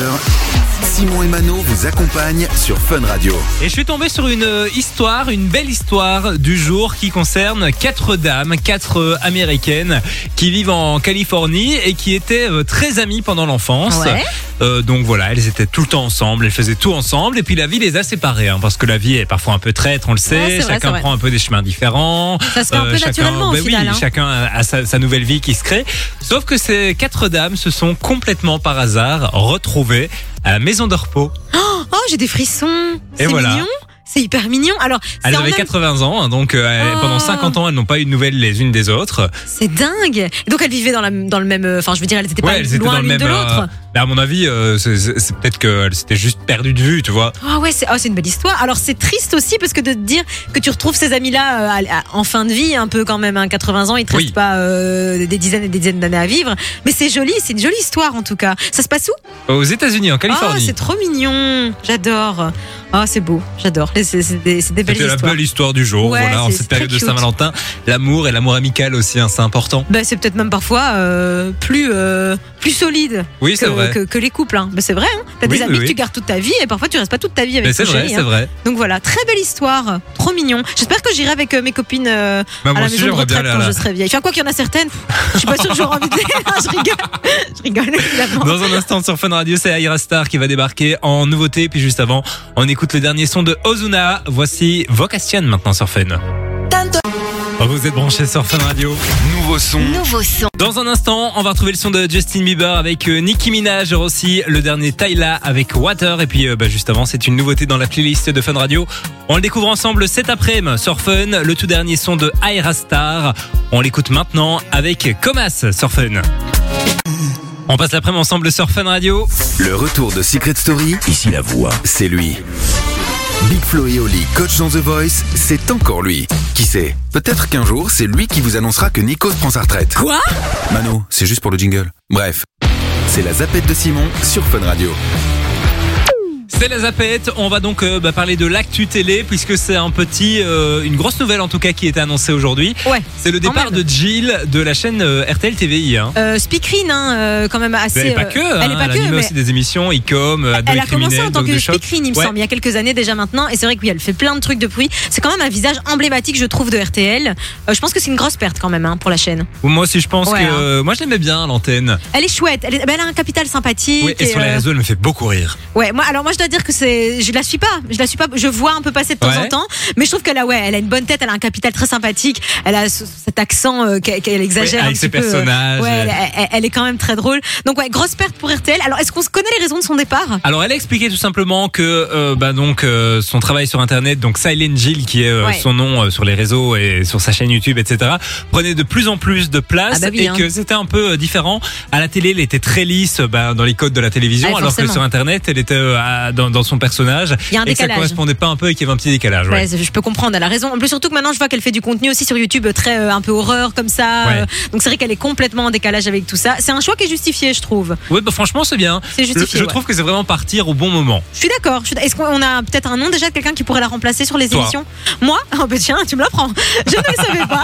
Speaker 1: Simon et Mano vous accompagnent sur Fun Radio.
Speaker 2: Et je suis tombé sur une euh, histoire, une belle histoire du jour qui concerne quatre dames, quatre euh, américaines qui vivent en Californie et qui étaient euh, très amies pendant l'enfance.
Speaker 4: Ouais.
Speaker 2: Euh, donc voilà, elles étaient tout le temps ensemble, elles faisaient tout ensemble et puis la vie les a séparées hein, parce que la vie est parfois un peu traître, on le sait.
Speaker 4: Ouais, c'est vrai,
Speaker 2: chacun
Speaker 4: c'est vrai.
Speaker 2: prend un peu des chemins différents.
Speaker 4: Ça se fait un peu
Speaker 2: chacun-
Speaker 4: naturellement, au
Speaker 2: bah oui,
Speaker 4: final, hein.
Speaker 2: chacun a a sa, sa nouvelle vie qui se crée. Sauf que ces quatre dames se sont complètement par hasard retrouvées à la maison de repos.
Speaker 4: Oh, j'ai des frissons. C'est
Speaker 2: voilà.
Speaker 4: mignon. C'est hyper mignon. Alors, c'est
Speaker 2: Elles
Speaker 4: en
Speaker 2: avaient
Speaker 4: même-
Speaker 2: 80 ans, hein, donc euh, elles-
Speaker 4: Oh.
Speaker 2: pendant 50 ans, elles n'ont pas eu de nouvelles les unes des autres.
Speaker 4: c'est dingue. Et donc elles vivaient dans, la, dans le même. euh, Enfin, je veux dire, elles étaient pas
Speaker 2: Ouais, elles étaient
Speaker 4: loin
Speaker 2: dans le
Speaker 4: l'une
Speaker 2: même.
Speaker 4: de l'autre.
Speaker 2: euh, bah, à mon avis, euh, c'est- c'est c'est peut-être qu'elles s'étaient juste perdues de vue, tu vois.
Speaker 4: Ah ouais, c'est ah, c'est une belle histoire. Alors c'est triste aussi parce que de te dire que tu retrouves ces amis-là euh, à- à- en fin de vie, un peu quand même, hein, 80 ans, ils ne
Speaker 2: Oui.
Speaker 4: pas euh, des dizaines et des dizaines d'années à vivre. Mais c'est joli, c'est une jolie histoire en tout cas. Ça se passe où
Speaker 2: Aux États-Unis, en
Speaker 4: Ah,
Speaker 2: Californie.
Speaker 4: c'est trop mignon, j'adore. Ah, c'est beau, j'adore. Et C'est c'est des, c'est des belles
Speaker 2: C'était la
Speaker 4: histoires.
Speaker 2: belle histoire du jour,
Speaker 4: Ouais,
Speaker 2: voilà, en
Speaker 4: c'est-
Speaker 2: cette
Speaker 4: c'est très
Speaker 2: période de
Speaker 4: cute.
Speaker 2: Saint-Valentin. L'amour et l'amour amical aussi, hein, c'est important.
Speaker 4: Bah, c'est peut-être même parfois euh, plus euh, plus solide
Speaker 2: Oui, c'est
Speaker 4: que,
Speaker 2: vrai.
Speaker 4: que, que les couples. Hein. Bah, c'est vrai. Hein. T'as
Speaker 2: Oui,
Speaker 4: des
Speaker 2: oui,
Speaker 4: amis que
Speaker 2: oui.
Speaker 4: tu gardes toute ta vie et parfois tu restes pas toute ta vie avec
Speaker 2: Mais
Speaker 4: ton
Speaker 2: Ben, c'est vrai,
Speaker 4: chéri,
Speaker 2: c'est
Speaker 4: hein.
Speaker 2: vrai.
Speaker 4: Donc voilà, très belle histoire, trop mignon. J'espère que j'irai avec euh, mes copines euh,
Speaker 2: Bah,
Speaker 4: à
Speaker 2: moi
Speaker 4: la
Speaker 2: aussi,
Speaker 4: maison de
Speaker 2: j'aimerais bien
Speaker 4: retraite
Speaker 2: aller à
Speaker 4: quand
Speaker 2: la-
Speaker 4: je serai vieille. Enfin, quoi qu'il y en a certaines, je suis pas sûre que j'aurai envie de les- Ah, Je rigole, *laughs* je rigole
Speaker 2: *laughs*
Speaker 4: évidemment.
Speaker 2: Dans un instant sur Fun Radio, c'est Aira Star qui va débarquer en nouveauté. Puis juste avant, on écoute le dernier son de Ozuna. Voici Vocation maintenant sur Fun. Vous êtes branchés sur Fun Radio.
Speaker 1: Nouveau son,
Speaker 3: Nouveau son.
Speaker 2: Dans un instant, on va retrouver le son de Justin Bieber avec euh, Nicki Minaj aussi, le dernier Tyla avec Water. Et puis euh, bah, juste avant, c'est une nouveauté dans la playlist de Fun Radio. On le découvre ensemble cet après-midi sur Fun, le tout dernier son de Aira Star. On l'écoute maintenant avec Comas sur Fun. On passe l'après-midi ensemble sur Fun Radio.
Speaker 1: le retour de Secret Story,
Speaker 7: Ici la voix.
Speaker 1: c'est lui. Big Flo et Oli, coach dans The Voice, c'est encore lui. Qui sait Peut-être qu'un jour, c'est lui qui vous annoncera que Nikos prend sa retraite.
Speaker 2: Quoi
Speaker 1: Mano, c'est juste pour le jingle. Bref, c'est la zapette de Simon sur Fun Radio.
Speaker 2: C'est la zapette, on va donc euh, bah, parler de l'actu télé puisque c'est un petit, euh, une grosse nouvelle en tout cas qui était annoncée aujourd'hui.
Speaker 4: Ouais.
Speaker 2: C'est le
Speaker 4: Quand
Speaker 2: départ
Speaker 4: même.
Speaker 2: de Jill de la chaîne euh, RTL TVI. hein.
Speaker 4: Euh, speakerine, hein, euh, quand même assez.
Speaker 2: Elle est pas
Speaker 4: euh,
Speaker 2: que, hein,
Speaker 4: elle est pas que,
Speaker 2: anime
Speaker 4: mais
Speaker 2: aussi des émissions, ICOM, euh, Ado
Speaker 4: elle
Speaker 2: et
Speaker 4: a commencé
Speaker 2: Criminel,
Speaker 4: en tant
Speaker 2: Dog
Speaker 4: que
Speaker 2: de Choc.
Speaker 4: speakerine, il me
Speaker 2: Ouais.
Speaker 4: semble, il y a quelques années déjà maintenant. Et c'est vrai que oui, elle fait plein de trucs depuis. C'est quand même un visage emblématique, je trouve, de RTL. Euh, je pense que c'est une grosse perte quand même hein, pour la chaîne.
Speaker 2: Moi aussi, je pense
Speaker 4: Ouais,
Speaker 2: que
Speaker 4: hein.
Speaker 2: euh, moi je l'aimais bien l'antenne.
Speaker 4: Elle est chouette, elle, est- bah, elle a un capital sympathique.
Speaker 2: Ouais, et sur les
Speaker 4: euh,
Speaker 2: réseaux, elle me fait beaucoup rire.
Speaker 4: Ouais, moi, alors moi je dois dire que c'est, je la suis pas, je la suis pas, je vois un peu passer de temps
Speaker 2: Ouais.
Speaker 4: en temps, mais je trouve qu'elle a, ouais, elle a une bonne tête, elle a un capital très sympathique, elle a ce- cet accent euh, qu'elle qu'elle exagère
Speaker 2: Ouais, avec
Speaker 4: un
Speaker 2: ses
Speaker 4: petit peu, euh,
Speaker 2: personnages,
Speaker 4: ouais,
Speaker 2: euh.
Speaker 4: elle, elle- elle est quand même très drôle. Donc ouais, grosse perte pour RTL. Alors est-ce qu'on se connaît les raisons de son départ
Speaker 2: Alors, elle a expliqué tout simplement que euh, bah, donc euh, son travail sur Internet, donc Silent Jill, qui est euh,
Speaker 4: Ouais.
Speaker 2: son nom euh, sur les réseaux et sur sa chaîne YouTube, etc., prenait de plus en plus de place
Speaker 4: Ah bah oui,
Speaker 2: et
Speaker 4: hein.
Speaker 2: que c'était un peu euh, différent. À la télé, elle était très lisse euh, bah, dans les codes de la télévision,
Speaker 4: Ouais,
Speaker 2: alors
Speaker 4: forcément.
Speaker 2: que sur Internet, elle était euh, à- dans, dans son personnage
Speaker 4: Il y a un
Speaker 2: et que ça
Speaker 4: décalage.
Speaker 2: correspondait pas un peu et qu'il y avait un petit décalage. ouais.
Speaker 4: Ouais, je peux comprendre, elle a raison. En plus, surtout que maintenant, je vois qu'elle fait du contenu aussi sur YouTube euh, très euh, un peu horreur comme ça.
Speaker 2: Ouais.
Speaker 4: euh, donc c'est vrai qu'elle est complètement en décalage avec tout ça. C'est un choix qui est justifié, je trouve.
Speaker 2: Ouais, bah franchement, c'est bien.
Speaker 4: C'est justifié.
Speaker 2: je
Speaker 4: ouais.
Speaker 2: trouve que c'est vraiment partir au bon moment.
Speaker 4: Je suis d'accord. je suis- Est-ce qu'on a peut-être un nom déjà de quelqu'un qui pourrait la remplacer sur les
Speaker 2: Toi.
Speaker 4: émissions Moi *laughs* Oh bah tiens, tu me l'apprends. *laughs* Je ne le savais
Speaker 2: *laughs*
Speaker 4: pas.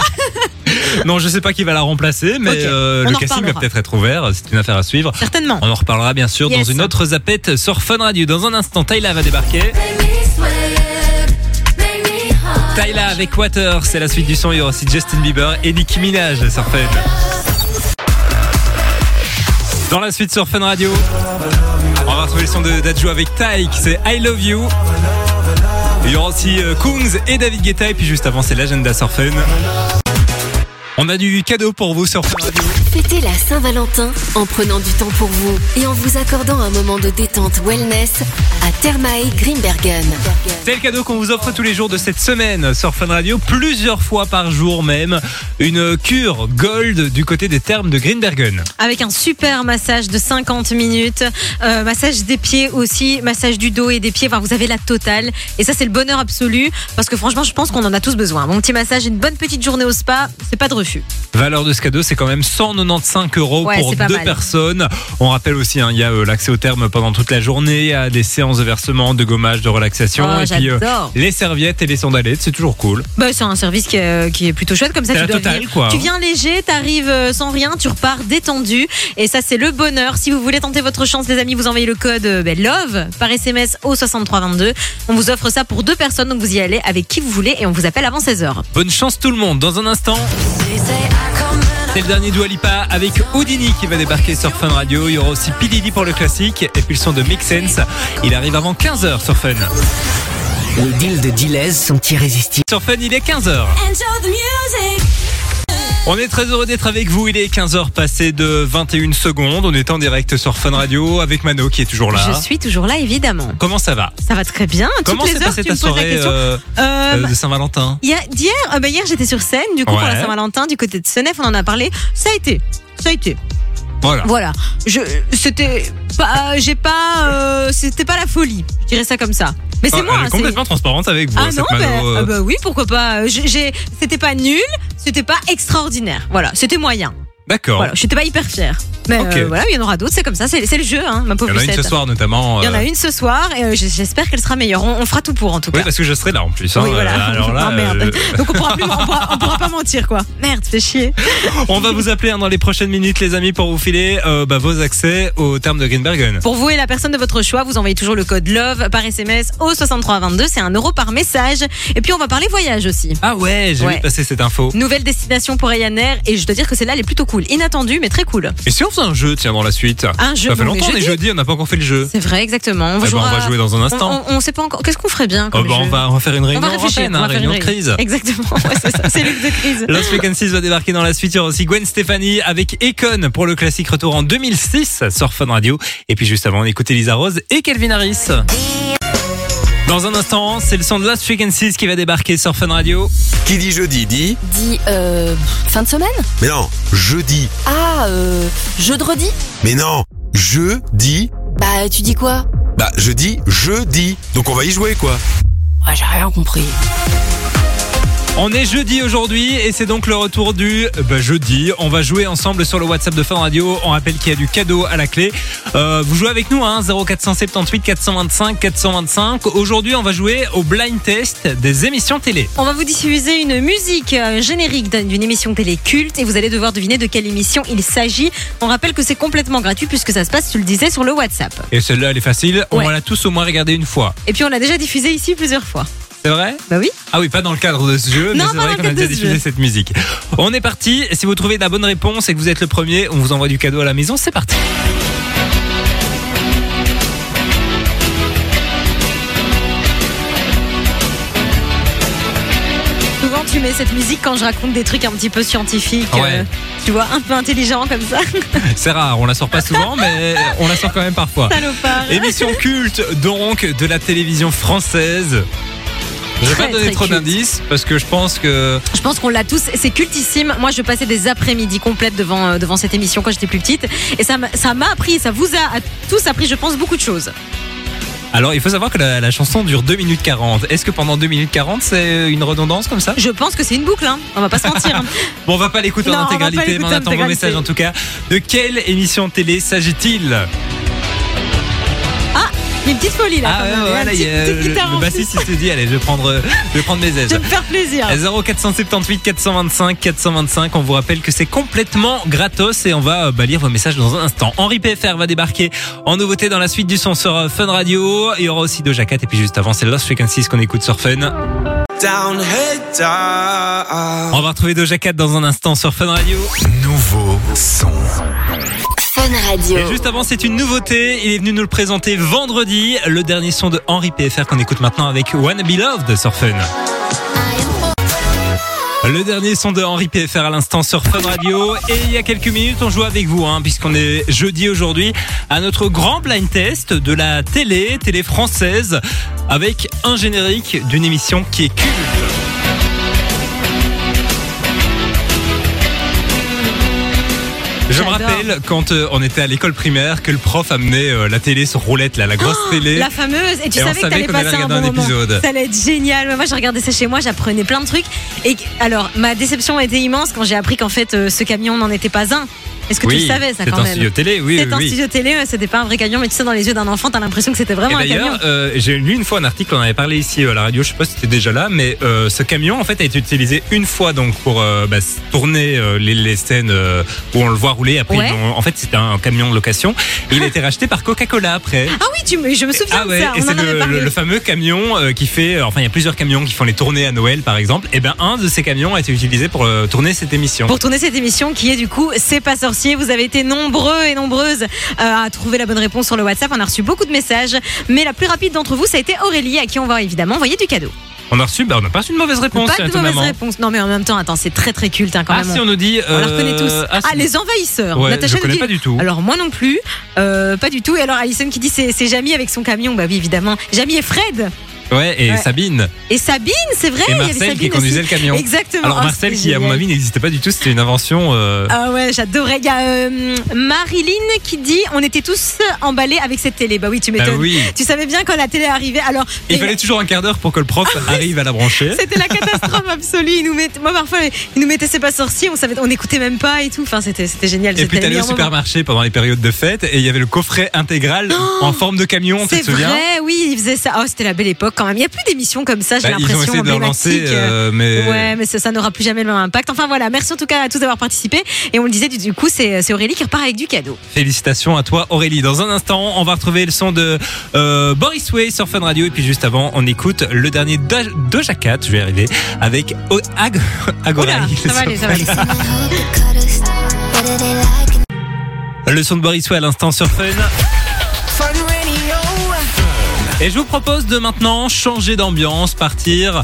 Speaker 2: Non, je sais pas qui va la remplacer, mais
Speaker 4: Ok,
Speaker 2: euh,
Speaker 4: on
Speaker 2: le
Speaker 4: en
Speaker 2: casting va
Speaker 4: reparlera.
Speaker 2: peut-être être ouvert. C'est une affaire à suivre.
Speaker 4: Certainement.
Speaker 2: On en reparlera bien sûr
Speaker 4: Yes.
Speaker 2: dans une autre zapette sur Fun Radio. Dans un instant, Tayla va débarquer. Tayla avec Water, c'est la suite du son. Il y aura aussi Justin Bieber et Nicki Minaj sur Fun. Dans la suite sur Fun Radio, on va retrouver le son de Dajou avec Ty, qui c'est I Love You. Il y aura aussi euh, Kungs et David Guetta. Et puis juste avant, c'est l'agenda sur Fun. On a du cadeau pour vous sur Fun Radio.
Speaker 3: Fêtez la Saint-Valentin en prenant du temps pour vous et en vous accordant un moment de détente wellness à Thermae Grimbergen.
Speaker 2: C'est le cadeau qu'on vous offre tous les jours de cette semaine sur Fun Radio, plusieurs fois par jour même. Une cure gold du côté des thermes de Greenbergen.
Speaker 4: Avec un super massage de 50 minutes, euh, massage des pieds aussi, massage du dos et des pieds. Enfin, vous avez la totale. Et ça, c'est le bonheur absolu parce que franchement, je pense qu'on en a tous besoin. Mon petit massage, une bonne petite journée au spa, c'est pas de refus.
Speaker 2: Valeur de ce cadeau, c'est quand même 100 195 euros
Speaker 4: Ouais,
Speaker 2: pour
Speaker 4: c'est pas
Speaker 2: deux
Speaker 4: mal.
Speaker 2: personnes. On rappelle aussi, hein, il y a euh, l'accès au therme pendant toute la journée, à des séances de versement, de gommage, de relaxation.
Speaker 4: Oh,
Speaker 2: et puis euh,
Speaker 4: j'adore.
Speaker 2: les serviettes et les sandalettes, c'est toujours cool.
Speaker 4: Bah, c'est un service qui est, qui est plutôt chouette comme ça.
Speaker 2: C'est la
Speaker 4: Tu, dois
Speaker 2: totale,
Speaker 4: venir-
Speaker 2: quoi,
Speaker 4: tu
Speaker 2: hein.
Speaker 4: viens léger, t'arrives euh, sans rien, tu repars détendu. Et ça, c'est le bonheur. Si vous voulez tenter votre chance, les amis, vous envoyez le code euh, ben, LOVE par SMS au 6322. On vous offre ça pour deux personnes, donc vous y allez avec qui vous voulez et on vous appelle avant 16h.
Speaker 2: Bonne chance tout le monde. Dans un instant, c'est le dernier Dualipa avec Houdini qui va débarquer sur Fun Radio. Il y aura aussi Pididi pour le classique et puis le son de Mix Sense. Il arrive avant 15h sur Fun.
Speaker 8: Les deals de Diles sont irrésistibles.
Speaker 2: Sur Fun, il est 15h. On est très heureux d'être avec vous. Il est 15h passé de 21 secondes. On est en direct sur Fun Radio avec Mano qui est toujours là.
Speaker 4: Je suis toujours là, évidemment.
Speaker 2: Comment ça va
Speaker 4: Ça va très bien. Toutes
Speaker 2: Comment
Speaker 4: les
Speaker 2: s'est
Speaker 4: heures,
Speaker 2: passée
Speaker 4: tu
Speaker 2: ta
Speaker 4: me poses la
Speaker 2: soirée
Speaker 4: question.
Speaker 2: euh,
Speaker 4: Euh,
Speaker 2: euh, de Saint-Valentin
Speaker 4: Il y a- D'hier, euh, bah, hier j'étais sur scène, du coup, pour
Speaker 2: Ouais.
Speaker 4: la Saint-Valentin, du côté de Senef, on en a parlé. Ça a été. Ça a été.
Speaker 2: Voilà.
Speaker 4: Voilà. Je, c'était pas, j'ai pas, euh, c'était pas la folie. Je dirais ça comme ça. Mais c'est
Speaker 2: Ah,
Speaker 4: moi. hein,
Speaker 2: Elle est
Speaker 4: c'est-
Speaker 2: complètement transparente avec vous.
Speaker 4: Ah
Speaker 2: cette
Speaker 4: non,
Speaker 2: Mano,
Speaker 4: ben,
Speaker 2: euh,
Speaker 4: ah bah oui, pourquoi pas. J'ai- j'ai- c'était pas nul, c'était pas extraordinaire. Voilà, c'était moyen.
Speaker 2: D'accord.
Speaker 4: Voilà, j'étais pas hyper fière. Mais
Speaker 2: Ok.
Speaker 4: euh, voilà, il y en aura d'autres, c'est comme ça, c'est c'est le jeu, hein, ma
Speaker 2: Il
Speaker 4: pauvre
Speaker 2: y en a une ce
Speaker 4: Lucette.
Speaker 2: soir notamment.
Speaker 4: Il y en
Speaker 2: euh,
Speaker 4: a une ce soir et euh, j- j'espère qu'elle sera meilleure. On, on fera tout pour en tout
Speaker 2: Oui,
Speaker 4: cas.
Speaker 2: parce que je serai là en plus. hein.
Speaker 4: Oui, voilà.
Speaker 2: Euh, Alors là,
Speaker 4: *laughs* Ah, merde.
Speaker 2: euh,
Speaker 4: Donc on pourra, plus, on, pourra, on pourra pas mentir quoi. Merde, fais chier.
Speaker 2: on va vous appeler hein, dans les prochaines minutes, les amis, pour vous filer euh, bah, vos accès au terme de Greenbergen.
Speaker 4: Pour vous et la personne de votre choix, vous envoyez toujours le code LOVE par SMS au 6322. C'est un euro par message. Et puis, on va parler voyage aussi.
Speaker 2: Ah ouais, j'ai
Speaker 4: Ouais.
Speaker 2: vu passer cette info.
Speaker 4: Nouvelle destination pour Ryanair. Et je dois dire que celle-là, elle est plutôt cool. Inattendue, mais très cool.
Speaker 2: Et si on faisait un jeu, tiens, dans la suite
Speaker 4: Un jeu,
Speaker 2: Ça fait
Speaker 4: bon,
Speaker 2: longtemps,
Speaker 4: mais
Speaker 2: on est
Speaker 4: jeudi.
Speaker 2: jeudi, on n'a pas encore fait le jeu.
Speaker 4: C'est vrai, exactement. On,
Speaker 2: Eh ben,
Speaker 4: jouera-
Speaker 2: on va jouer dans un instant.
Speaker 4: On, on- on sait pas encore. Qu'est-ce qu'on ferait bien
Speaker 2: Oh,
Speaker 4: comme
Speaker 2: bah,
Speaker 4: jeu
Speaker 2: on, va, on va faire une réunion
Speaker 4: On va réfléchir.
Speaker 2: en
Speaker 4: on va faire
Speaker 2: réunion
Speaker 4: une
Speaker 2: de crise.
Speaker 4: réunion. Exactement. ouais, c'est ça. C'est luxe de crise.
Speaker 2: Lost Frequencies va débarquer dans la suite. Il y aura aussi Gwen Stefani avec Econ pour le classique retour en 2006 sur Fun Radio. Et puis juste avant, on écoute Elisa Rose et Calvin Harris. Dans un instant, c'est le son de Lost Frequencies qui va débarquer sur Fun Radio.
Speaker 1: Qui dit jeudi dit
Speaker 3: Dis, euh, fin de semaine
Speaker 1: Mais non, jeudi.
Speaker 3: Ah, euh, jeudi
Speaker 1: Mais non, jeudi.
Speaker 3: Bah, tu dis quoi
Speaker 1: Bah jeudi, jeudi. Donc on va y jouer quoi.
Speaker 3: Ouais, j'ai rien compris.
Speaker 2: On est jeudi aujourd'hui et c'est donc le retour du euh, bah, jeudi. On va jouer ensemble sur le WhatsApp de Fun Radio. On rappelle qu'il y a du cadeau à la clé. Euh, vous jouez avec nous, hein, 0478 425 425. Aujourd'hui, on va jouer au blind test des émissions télé.
Speaker 4: On va vous diffuser une musique euh, générique d'un- d'une émission télé culte et vous allez devoir deviner de quelle émission il s'agit. On rappelle que c'est complètement gratuit puisque ça se passe, tu le disais, sur le WhatsApp.
Speaker 2: Et celle-là, elle est facile. On
Speaker 4: Ouais.
Speaker 2: l'a tous au moins regardée une fois.
Speaker 4: Et puis on l'a déjà diffusé ici plusieurs fois.
Speaker 2: C'est vrai
Speaker 4: Bah oui.
Speaker 2: Ah oui, pas dans le cadre de ce jeu, mais
Speaker 4: Non,
Speaker 2: c'est
Speaker 4: pas
Speaker 2: vrai
Speaker 4: dans le
Speaker 2: qu'on a
Speaker 4: cadre
Speaker 2: déjà
Speaker 4: de ce
Speaker 2: diffusé
Speaker 4: jeu.
Speaker 2: cette musique. On est parti. Si vous trouvez la bonne réponse et que vous êtes le premier, on vous envoie du cadeau à la maison. C'est parti.
Speaker 4: Souvent tu mets cette musique quand je raconte des trucs un petit peu scientifiques, euh,
Speaker 2: Ouais.
Speaker 4: tu vois, un peu intelligents comme ça. *laughs*
Speaker 2: C'est rare, on la sort pas souvent, mais on la sort quand même parfois.
Speaker 4: Salopard.
Speaker 2: Émission culte donc de la télévision française. Je vais
Speaker 4: Très,
Speaker 2: pas donner
Speaker 4: très
Speaker 2: trop
Speaker 4: culte.
Speaker 2: d'indices parce que je pense que
Speaker 4: Je pense qu'on l'a tous, c'est cultissime. Moi je passais des après-midi complètes devant, euh, devant cette émission quand j'étais plus petite et ça m'a- ça m'a appris, ça vous a, a tous appris je pense beaucoup de choses.
Speaker 2: alors il faut savoir que la, la chanson dure 2 minutes 40. Est-ce que pendant 2 minutes 40 c'est une redondance comme ça
Speaker 4: Je pense que c'est une boucle, hein. on va pas se mentir. *laughs* hein.
Speaker 2: Bon, on va pas l'écouter
Speaker 4: Non,
Speaker 2: en
Speaker 4: on va pas
Speaker 2: intégralité, mais on
Speaker 4: l'écouter en
Speaker 2: attend vos
Speaker 4: intégralité.
Speaker 2: messages en tout cas. De quelle émission télé s'agit-il
Speaker 4: Une petite folie là.
Speaker 2: Ah
Speaker 4: quand
Speaker 2: ouais,
Speaker 4: même,
Speaker 2: ouais,
Speaker 4: hein,
Speaker 2: là, il
Speaker 4: petite,
Speaker 2: y a
Speaker 4: petite
Speaker 2: le,
Speaker 4: guitare
Speaker 2: le
Speaker 4: en
Speaker 2: bassiste il se dit allez, je vais prendre, je vais prendre mes
Speaker 4: plus. Je
Speaker 2: aises.
Speaker 4: vais me faire plaisir.
Speaker 2: 0478 425 425, on vous rappelle que c'est complètement gratos et on va euh, bah, lire vos messages dans un instant. Henri PFR va débarquer en nouveauté dans la suite du son sur euh, Fun Radio. Il y aura aussi Doja Cat et puis juste avant c'est Lost Frequencies qu'on écoute sur Fun.
Speaker 5: Down, head down.
Speaker 2: On va retrouver Doja Cat dans un instant sur Fun Radio.
Speaker 1: Nouveau son.
Speaker 3: Fun Radio.
Speaker 2: Et juste avant c'est une nouveauté, il est venu nous le présenter vendredi, le dernier son de Henri PFR qu'on écoute maintenant avec Wanna Be Loved sur Fun. Le dernier son de Henri PFR à l'instant sur Fun Radio. Et il y a quelques minutes, on joue avec vous, hein, puisqu'on est jeudi aujourd'hui, à notre grand blind test de la télé, télé française, avec un générique d'une émission qui est culte. Je me
Speaker 4: J'adore.
Speaker 2: rappelle quand euh, on était à l'école primaire que le prof amenait euh, la télé sur roulette, là, la grosse télé.
Speaker 4: Oh, La fameuse. Et tu
Speaker 2: Et on
Speaker 4: savais que
Speaker 2: savait
Speaker 4: t'allais
Speaker 2: qu'on allait
Speaker 4: passer un
Speaker 2: regarder un
Speaker 4: bon moment.
Speaker 2: épisode.
Speaker 4: Ça allait être génial. Mais Moi, je regardais ça chez moi, j'apprenais plein de trucs. Et que- alors, ma déception a été immense quand j'ai appris qu'en fait, euh, ce camion n'en était pas un. Est-ce que tu
Speaker 2: oui,
Speaker 4: le savais ça
Speaker 2: c'est
Speaker 4: quand
Speaker 2: un
Speaker 4: même
Speaker 2: studio télé, oui,
Speaker 4: C'est
Speaker 2: oui,
Speaker 4: un
Speaker 2: oui.
Speaker 4: studio télé, ouais, c'était pas un vrai camion, mais tu sais, dans les yeux d'un enfant, t'as l'impression que c'était
Speaker 2: Et
Speaker 4: vraiment un camion.
Speaker 2: d'ailleurs, euh, j'ai lu une fois un article, on en avait parlé ici euh, à la radio, je sais pas si c'était déjà là, mais euh, ce camion en fait a été utilisé une fois donc pour euh, bah, s- tourner euh, les, les scènes euh, où on le voit rouler. Après,
Speaker 4: Ouais.
Speaker 2: ils l'ont- en fait, c'était un camion de location. Et il a été racheté par Coca-Cola après.
Speaker 4: Ah oui, tu me- je me souviens
Speaker 2: Ah ouais,
Speaker 4: de ça,
Speaker 2: et
Speaker 4: on en
Speaker 2: c'est
Speaker 4: avait
Speaker 2: le,
Speaker 4: parlé.
Speaker 2: le- le fameux camion euh, qui fait, euh, enfin il y a plusieurs camions qui font les tournées à Noël par exemple. Et ben un de ces camions a été utilisé pour euh, tourner cette émission.
Speaker 4: Pour tourner cette émission qui est du coup C'est pas sorcier, vous avez été nombreux et nombreuses euh, à trouver la bonne réponse sur le WhatsApp, on a reçu beaucoup de messages, mais la plus rapide d'entre vous, ça a été Aurélie, à qui on va évidemment envoyer du cadeau.
Speaker 2: On a reçu, bah, on n'a pas reçu de mauvaise réponse
Speaker 4: Pas de mauvaise
Speaker 2: étonnamment.
Speaker 4: réponse, non mais en même temps, attends, c'est très très culte hein, quand
Speaker 2: Ah
Speaker 4: même.
Speaker 2: si on nous dit,
Speaker 4: On la
Speaker 2: euh,
Speaker 4: reconnaît tous. Ah,
Speaker 2: ah, si-
Speaker 4: les envahisseurs.
Speaker 2: Ouais,
Speaker 4: Natacha
Speaker 2: je
Speaker 4: nous
Speaker 2: connais
Speaker 4: dit-
Speaker 2: pas du tout.
Speaker 4: Alors moi non plus, euh, pas du tout. Et alors Alison qui dit c'est c'est Jamie avec son camion. Bah oui évidemment. Jamie et Fred
Speaker 2: Ouais, et
Speaker 4: Ouais.
Speaker 2: Sabine.
Speaker 4: et Sabine, c'est vrai.
Speaker 2: Et
Speaker 4: il y avait
Speaker 2: Marcel qui
Speaker 4: Sabine
Speaker 2: conduisait le camion.
Speaker 4: Exactement.
Speaker 2: Alors
Speaker 4: Oh,
Speaker 2: Marcel,
Speaker 4: c'était
Speaker 2: qui à mon
Speaker 4: génial.
Speaker 2: avis n'existait pas du tout, c'était une invention. euh,
Speaker 4: Ah ouais, j'adorais. Il y a euh, Marilyn qui dit on était tous emballés avec cette télé. Bah oui, tu
Speaker 2: bah
Speaker 4: m'étonnes.
Speaker 2: oui.
Speaker 4: Tu savais bien quand la télé arrivait. Alors
Speaker 2: Il
Speaker 4: et- Ah
Speaker 2: fallait toujours un quart d'heure pour que le prof arrive à la brancher.
Speaker 4: C'était la catastrophe absolue. Ils nous mettaient, moi parfois, ils nous mettaient c'est pas sorcier. On savait, on n'écoutait même pas et tout. Enfin, c'était, c'était génial.
Speaker 2: Et
Speaker 4: c'était
Speaker 2: puis
Speaker 4: le
Speaker 2: t'allais au
Speaker 4: meilleur moment.
Speaker 2: supermarché pendant les périodes de fête et il y avait le coffret intégral en forme de camion, tu
Speaker 4: Oh C'est
Speaker 2: te souviens
Speaker 4: vrai, oui, ils faisaient ça. Oh, c'était la belle époque quand même. Il n'y a plus d'émissions comme ça, j'ai
Speaker 2: Bah, Ils ont
Speaker 4: l'impression.
Speaker 2: essayé de le relancer,
Speaker 4: emblématiques.
Speaker 2: euh, mais
Speaker 4: Ouais, mais ça, ça n'aura plus jamais le même impact. Enfin voilà, merci en tout cas à tous d'avoir participé. Et on le disait, du, du coup, c'est c'est Aurélie qui repart avec du cadeau.
Speaker 2: félicitations à toi Aurélie. Dans un instant, on va retrouver le son de euh, Boris Way sur Fun Radio et puis juste avant, on écoute le dernier de Doja Cat, je vais y arriver, avec O- Ag- *laughs* Agora
Speaker 4: Oula,
Speaker 2: Hill
Speaker 4: ça va
Speaker 2: sur
Speaker 4: aller, ça va aller.
Speaker 2: Le son de Boris Way à l'instant sur Fun. Et je vous propose de maintenant changer d'ambiance, partir.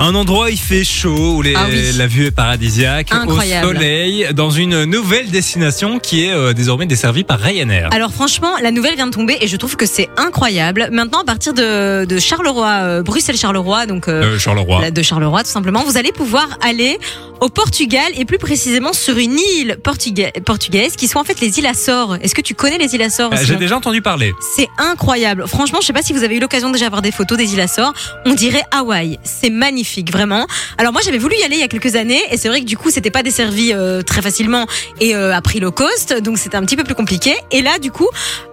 Speaker 2: à Un endroit où il fait chaud, où les-
Speaker 4: Ah oui.
Speaker 2: la vue est paradisiaque,
Speaker 4: Incroyable.
Speaker 2: au soleil, dans une nouvelle destination qui est euh, désormais desservie par Ryanair.
Speaker 4: Alors franchement, la nouvelle vient de tomber et je trouve que c'est incroyable. Maintenant, à partir de, de Charleroi, euh, Bruxelles-Charleroi, donc euh,
Speaker 2: Euh, Charleroi.
Speaker 4: de Charleroi tout simplement, vous allez pouvoir aller au Portugal et plus précisément sur une île portuga- portugaise qui sont en fait les îles Açores. Est-ce que tu connais les îles Açores
Speaker 2: Euh, J'ai
Speaker 4: Simon
Speaker 2: déjà entendu parler.
Speaker 4: C'est incroyable. Franchement, je sais pas si vous avez eu l'occasion déjà d'avoir des photos des îles Açores. On dirait Hawaï. C'est magnifique, vraiment. Alors moi, j'avais voulu y aller il y a quelques années et c'est vrai que du coup, c'était pas desservi euh, très facilement et euh, à prix low cost, donc c'était un petit peu plus compliqué. Et là, du coup,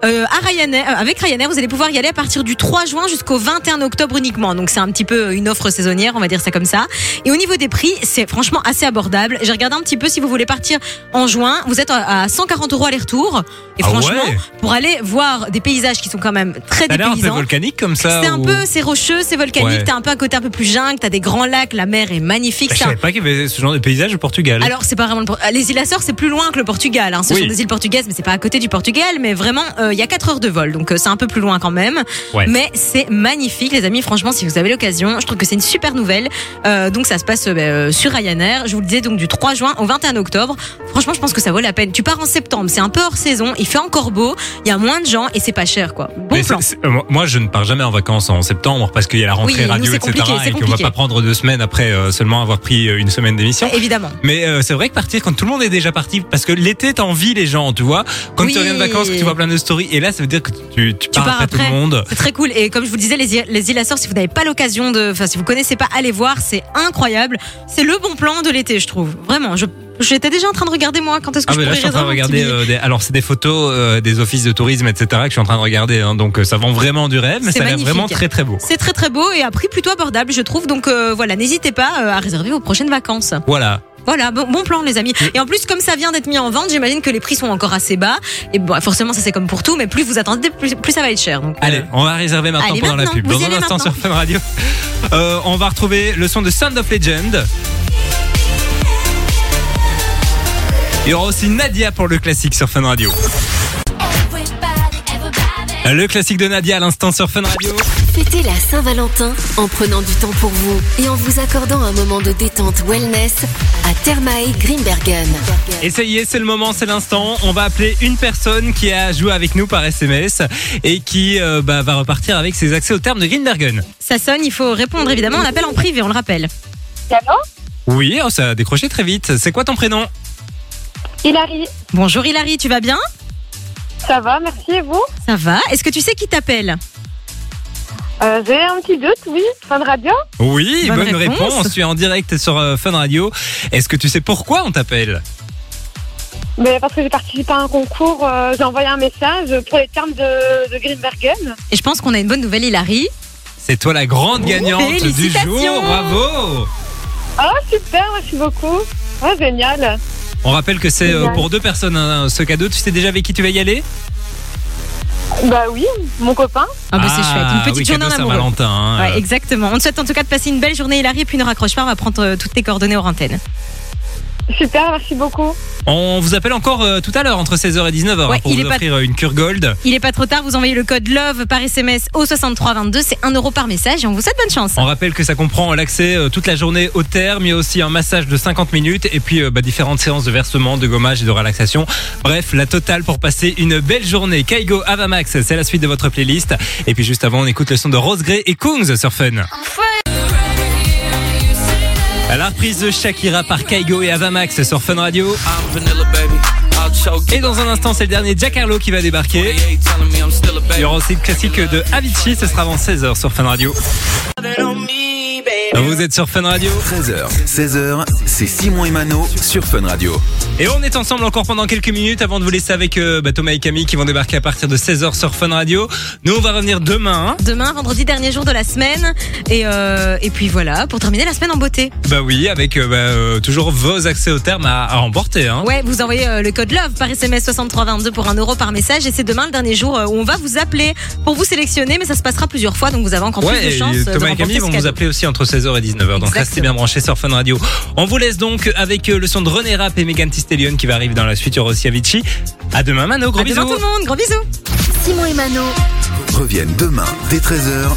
Speaker 4: euh, à Ryanair, euh, avec Ryanair, vous allez pouvoir y aller à partir du 3 juin jusqu'au 21 octobre uniquement. Donc c'est un petit peu une offre saisonnière, on va dire ça comme ça. Et au niveau des prix, c'est franchement assez abordable. J'ai regardé un petit peu si vous voulez partir en juin, vous êtes à à 140 euros aller-retour. Et
Speaker 2: Ah
Speaker 4: franchement,
Speaker 2: ouais
Speaker 4: pour aller voir des paysages qui sont quand même très
Speaker 2: T'as l'air un peu
Speaker 4: dépaysants.
Speaker 2: volcanique comme ça
Speaker 4: C'est un
Speaker 2: ou-
Speaker 4: peu, c'est rocheux, c'est volcanique,
Speaker 2: Ouais. Bah,
Speaker 4: t'as un peu un côté un peu plus jungle, t'as des grands lacs, la mer est magnifique.
Speaker 2: Je
Speaker 4: c'est un-
Speaker 2: savais pas qu'il y avait ce genre de paysage au Portugal.
Speaker 4: Alors c'est pas vraiment le Por- euh, les îles Açores, c'est plus loin que le Portugal. Hein. Ce
Speaker 2: Oui.
Speaker 4: sont des îles portugaises, mais c'est pas à côté du Portugal. Mais vraiment, euh, il y a 4 heures de vol, donc euh, c'est un peu plus loin quand même.
Speaker 2: Ouais.
Speaker 4: Mais c'est magnifique, les amis. Franchement, si vous avez l'occasion, je trouve que c'est une super nouvelle. Euh, donc ça se passe euh, bah, euh, sur Ryanair. Je vous le disais donc du 3 juin au 21 octobre. Franchement, je pense que ça vaut la peine. Tu pars en septembre, c'est un peu hors saison, il fait encore beau, il y a moins de gens et c'est pas cher, quoi. Bon
Speaker 2: Mais
Speaker 4: plan.
Speaker 2: c'est- c'est- euh, moi- moi, je ne pars jamais en vacances en septembre parce qu'il y a la rentrée
Speaker 4: Oui, nous,
Speaker 2: radio,
Speaker 4: c'est
Speaker 2: etc.
Speaker 4: compliqué, c'est
Speaker 2: Et qu'on va
Speaker 4: compliqué.
Speaker 2: pas prendre deux semaines après euh, seulement avoir pris euh, une semaine d'émission.
Speaker 4: Évidemment.
Speaker 2: Mais euh, c'est vrai que partir quand tout le monde est déjà parti, parce que l'été t'envie les gens, tu vois. Quand
Speaker 4: Oui.
Speaker 2: tu reviens de vacances, que tu vois plein de stories, et là ça veut dire que tu, tu, pars,
Speaker 4: pars
Speaker 2: après tout le
Speaker 4: après.
Speaker 2: monde.
Speaker 4: C'est très cool. Et comme je vous le disais, les, îles- les îles Açores, si vous n'avez pas l'occasion de, enfin, si vous connaissez pas, allez voir, c'est incroyable. C'est le bon plan de l'été, je trouve. Vraiment. Je, j'étais déjà en train de regarder moi quand est-ce que
Speaker 2: Ah
Speaker 4: je
Speaker 2: mais là
Speaker 4: pourrais
Speaker 2: je suis en train de
Speaker 4: réserver un petit
Speaker 2: regarder.
Speaker 4: billet.
Speaker 2: euh, des- alors c'est des photos euh, des offices de tourisme, etc. que je suis en train de regarder. hein. donc euh, ça vend vraiment du rêve, mais
Speaker 4: C'est
Speaker 2: ça a l'air
Speaker 4: magnifique.
Speaker 2: vraiment très très beau.
Speaker 4: C'est très très beau et à prix plutôt abordable, je trouve. Donc euh, voilà, n'hésitez pas euh, à réserver vos prochaines vacances.
Speaker 2: Voilà.
Speaker 4: Voilà, bon, bon plan les amis. Et en plus, comme ça vient d'être mis en vente, j'imagine que les prix sont encore assez bas. Et bon, forcément, ça c'est comme pour tout, mais plus vous attendez, plus, plus ça va être cher. Donc, euh,
Speaker 2: Allez, on va réserver maintenant
Speaker 4: allez,
Speaker 2: pendant
Speaker 4: maintenant,
Speaker 2: la pub.
Speaker 4: vous
Speaker 2: Dans
Speaker 4: y
Speaker 2: un
Speaker 4: allez
Speaker 2: instant
Speaker 4: maintenant.
Speaker 2: sur Fun Radio, Euh, on va retrouver le son de Sound of Legend. Il y aura aussi Nadia pour le classique sur Fun Radio. Le classique de Nadia à l'instant sur Fun Radio.
Speaker 3: Fêtez la Saint-Valentin en prenant du temps pour vous et en vous accordant un moment de détente wellness à Thermae Grimbergen.
Speaker 2: Et ça y est, c'est le moment, c'est l'instant. On va appeler une personne qui a joué avec nous par SMS et qui euh, bah, va repartir avec ses accès au terme de Greenbergen.
Speaker 4: ça sonne, il faut répondre évidemment. On appelle en privé, on le rappelle.
Speaker 2: Oui, oh, ça a décroché très vite. C'est quoi ton prénom
Speaker 9: Hilary,
Speaker 4: Bonjour Hilary, tu vas bien
Speaker 9: ça va, merci et vous
Speaker 4: Ça va Est-ce que tu sais qui t'appelle
Speaker 9: Euh, J'ai un petit doute, oui, fin de radio.
Speaker 2: Oui, bonne,
Speaker 4: Bonne
Speaker 2: réponse.
Speaker 4: réponse.
Speaker 2: Tu es en direct sur euh, Fun Radio. Est-ce que tu sais pourquoi on t'appelle
Speaker 9: Mais parce que j'ai participé à un concours, euh, j'ai envoyé un message pour les termes de, de Greenbergen.
Speaker 4: Et je pense qu'on a une bonne nouvelle, Hilary.
Speaker 2: C'est toi la grande gagnante du
Speaker 4: félicitations.
Speaker 2: jour. Bravo.
Speaker 9: Oh, super, merci beaucoup. Oh, génial.
Speaker 2: On rappelle que c'est euh,
Speaker 9: Génial.
Speaker 2: pour deux personnes hein, ce cadeau. Tu sais déjà avec qui tu vas y aller
Speaker 9: Bah oui, mon copain.
Speaker 4: Ah, bah c'est chouette. Une petite
Speaker 2: oui,
Speaker 4: journée
Speaker 2: cadeau
Speaker 4: en amoureux.
Speaker 2: Saint-Valentin. hein.
Speaker 4: Ouais, exactement. On te souhaite en tout cas de passer une belle journée, Hilary, et puis ne raccroche pas, on va prendre euh, toutes tes coordonnées hors antenne.
Speaker 9: Super, merci beaucoup.
Speaker 2: On vous appelle encore euh, tout à l'heure entre 16h et 19h
Speaker 4: Ouais,
Speaker 2: pour
Speaker 4: il
Speaker 2: vous
Speaker 4: est pas-
Speaker 2: offrir euh, une cure gold.
Speaker 4: Il est pas trop tard, vous envoyez le code LOVE par SMS au 6322, c'est 1 euro par message et on vous souhaite bonne chance.
Speaker 2: On rappelle que ça comprend l'accès euh, toute la journée au terme, mais aussi un massage de 50 minutes et puis euh, bah, différentes séances de versement, de gommage et de relaxation. Bref, la totale pour passer une belle journée. Kaigo Avamax, c'est la suite de votre playlist. Et puis juste avant, on écoute le son de Rose Gray et Kungs sur Fun. À la reprise de Shakira par Kaigo et Avamax sur Fun Radio.
Speaker 10: I'm vanilla, baby. I'll choke
Speaker 2: Et dans un instant, c'est le dernier Jack Harlow qui va débarquer.
Speaker 10: you. telling me I'm still a
Speaker 2: Il y
Speaker 10: baby.
Speaker 2: aura aussi le classique de Avicii, ce sera avant 16h sur Fun Radio. Vous êtes sur Fun Radio
Speaker 1: 13h, 16h, c'est Simon et Mano sur Fun Radio.
Speaker 2: et on est ensemble encore pendant quelques minutes avant de vous laisser avec euh, bah, Thomas et Camille qui vont débarquer à partir de 16h sur Fun Radio. Nous on va revenir demain.
Speaker 4: Demain, vendredi, dernier jour de la semaine. Et, euh, et puis voilà, pour terminer la semaine en beauté.
Speaker 2: Bah oui, avec euh, bah, euh, toujours vos accès au terme à, à emporter. Hein.
Speaker 4: Ouais, vous envoyez euh, le code LOVE par SMS 6322 pour 1 euro par message. Et c'est demain le dernier jour euh, où on va vous appeler pour vous sélectionner, mais ça se passera plusieurs fois, donc vous avez encore plus de
Speaker 2: et
Speaker 4: chances. euh, de
Speaker 2: Thomas et
Speaker 4: remporter
Speaker 2: Camille
Speaker 4: ce
Speaker 2: vont vous
Speaker 4: cadeau.
Speaker 2: appeler aussi entre 16h et 19h. Donc restez
Speaker 4: Exactement.
Speaker 2: bien branchés sur Fun Radio. On vous laisse donc avec euh, le son de René Rapp et Megan Thee Stallion qui va arriver dans la suite. Il y aura aussi Avicii. À demain Mano, gros
Speaker 4: À demain
Speaker 2: bisous.
Speaker 4: tout le monde, gros bisous
Speaker 3: Simon et Mano.
Speaker 1: Reviennent demain dès 13h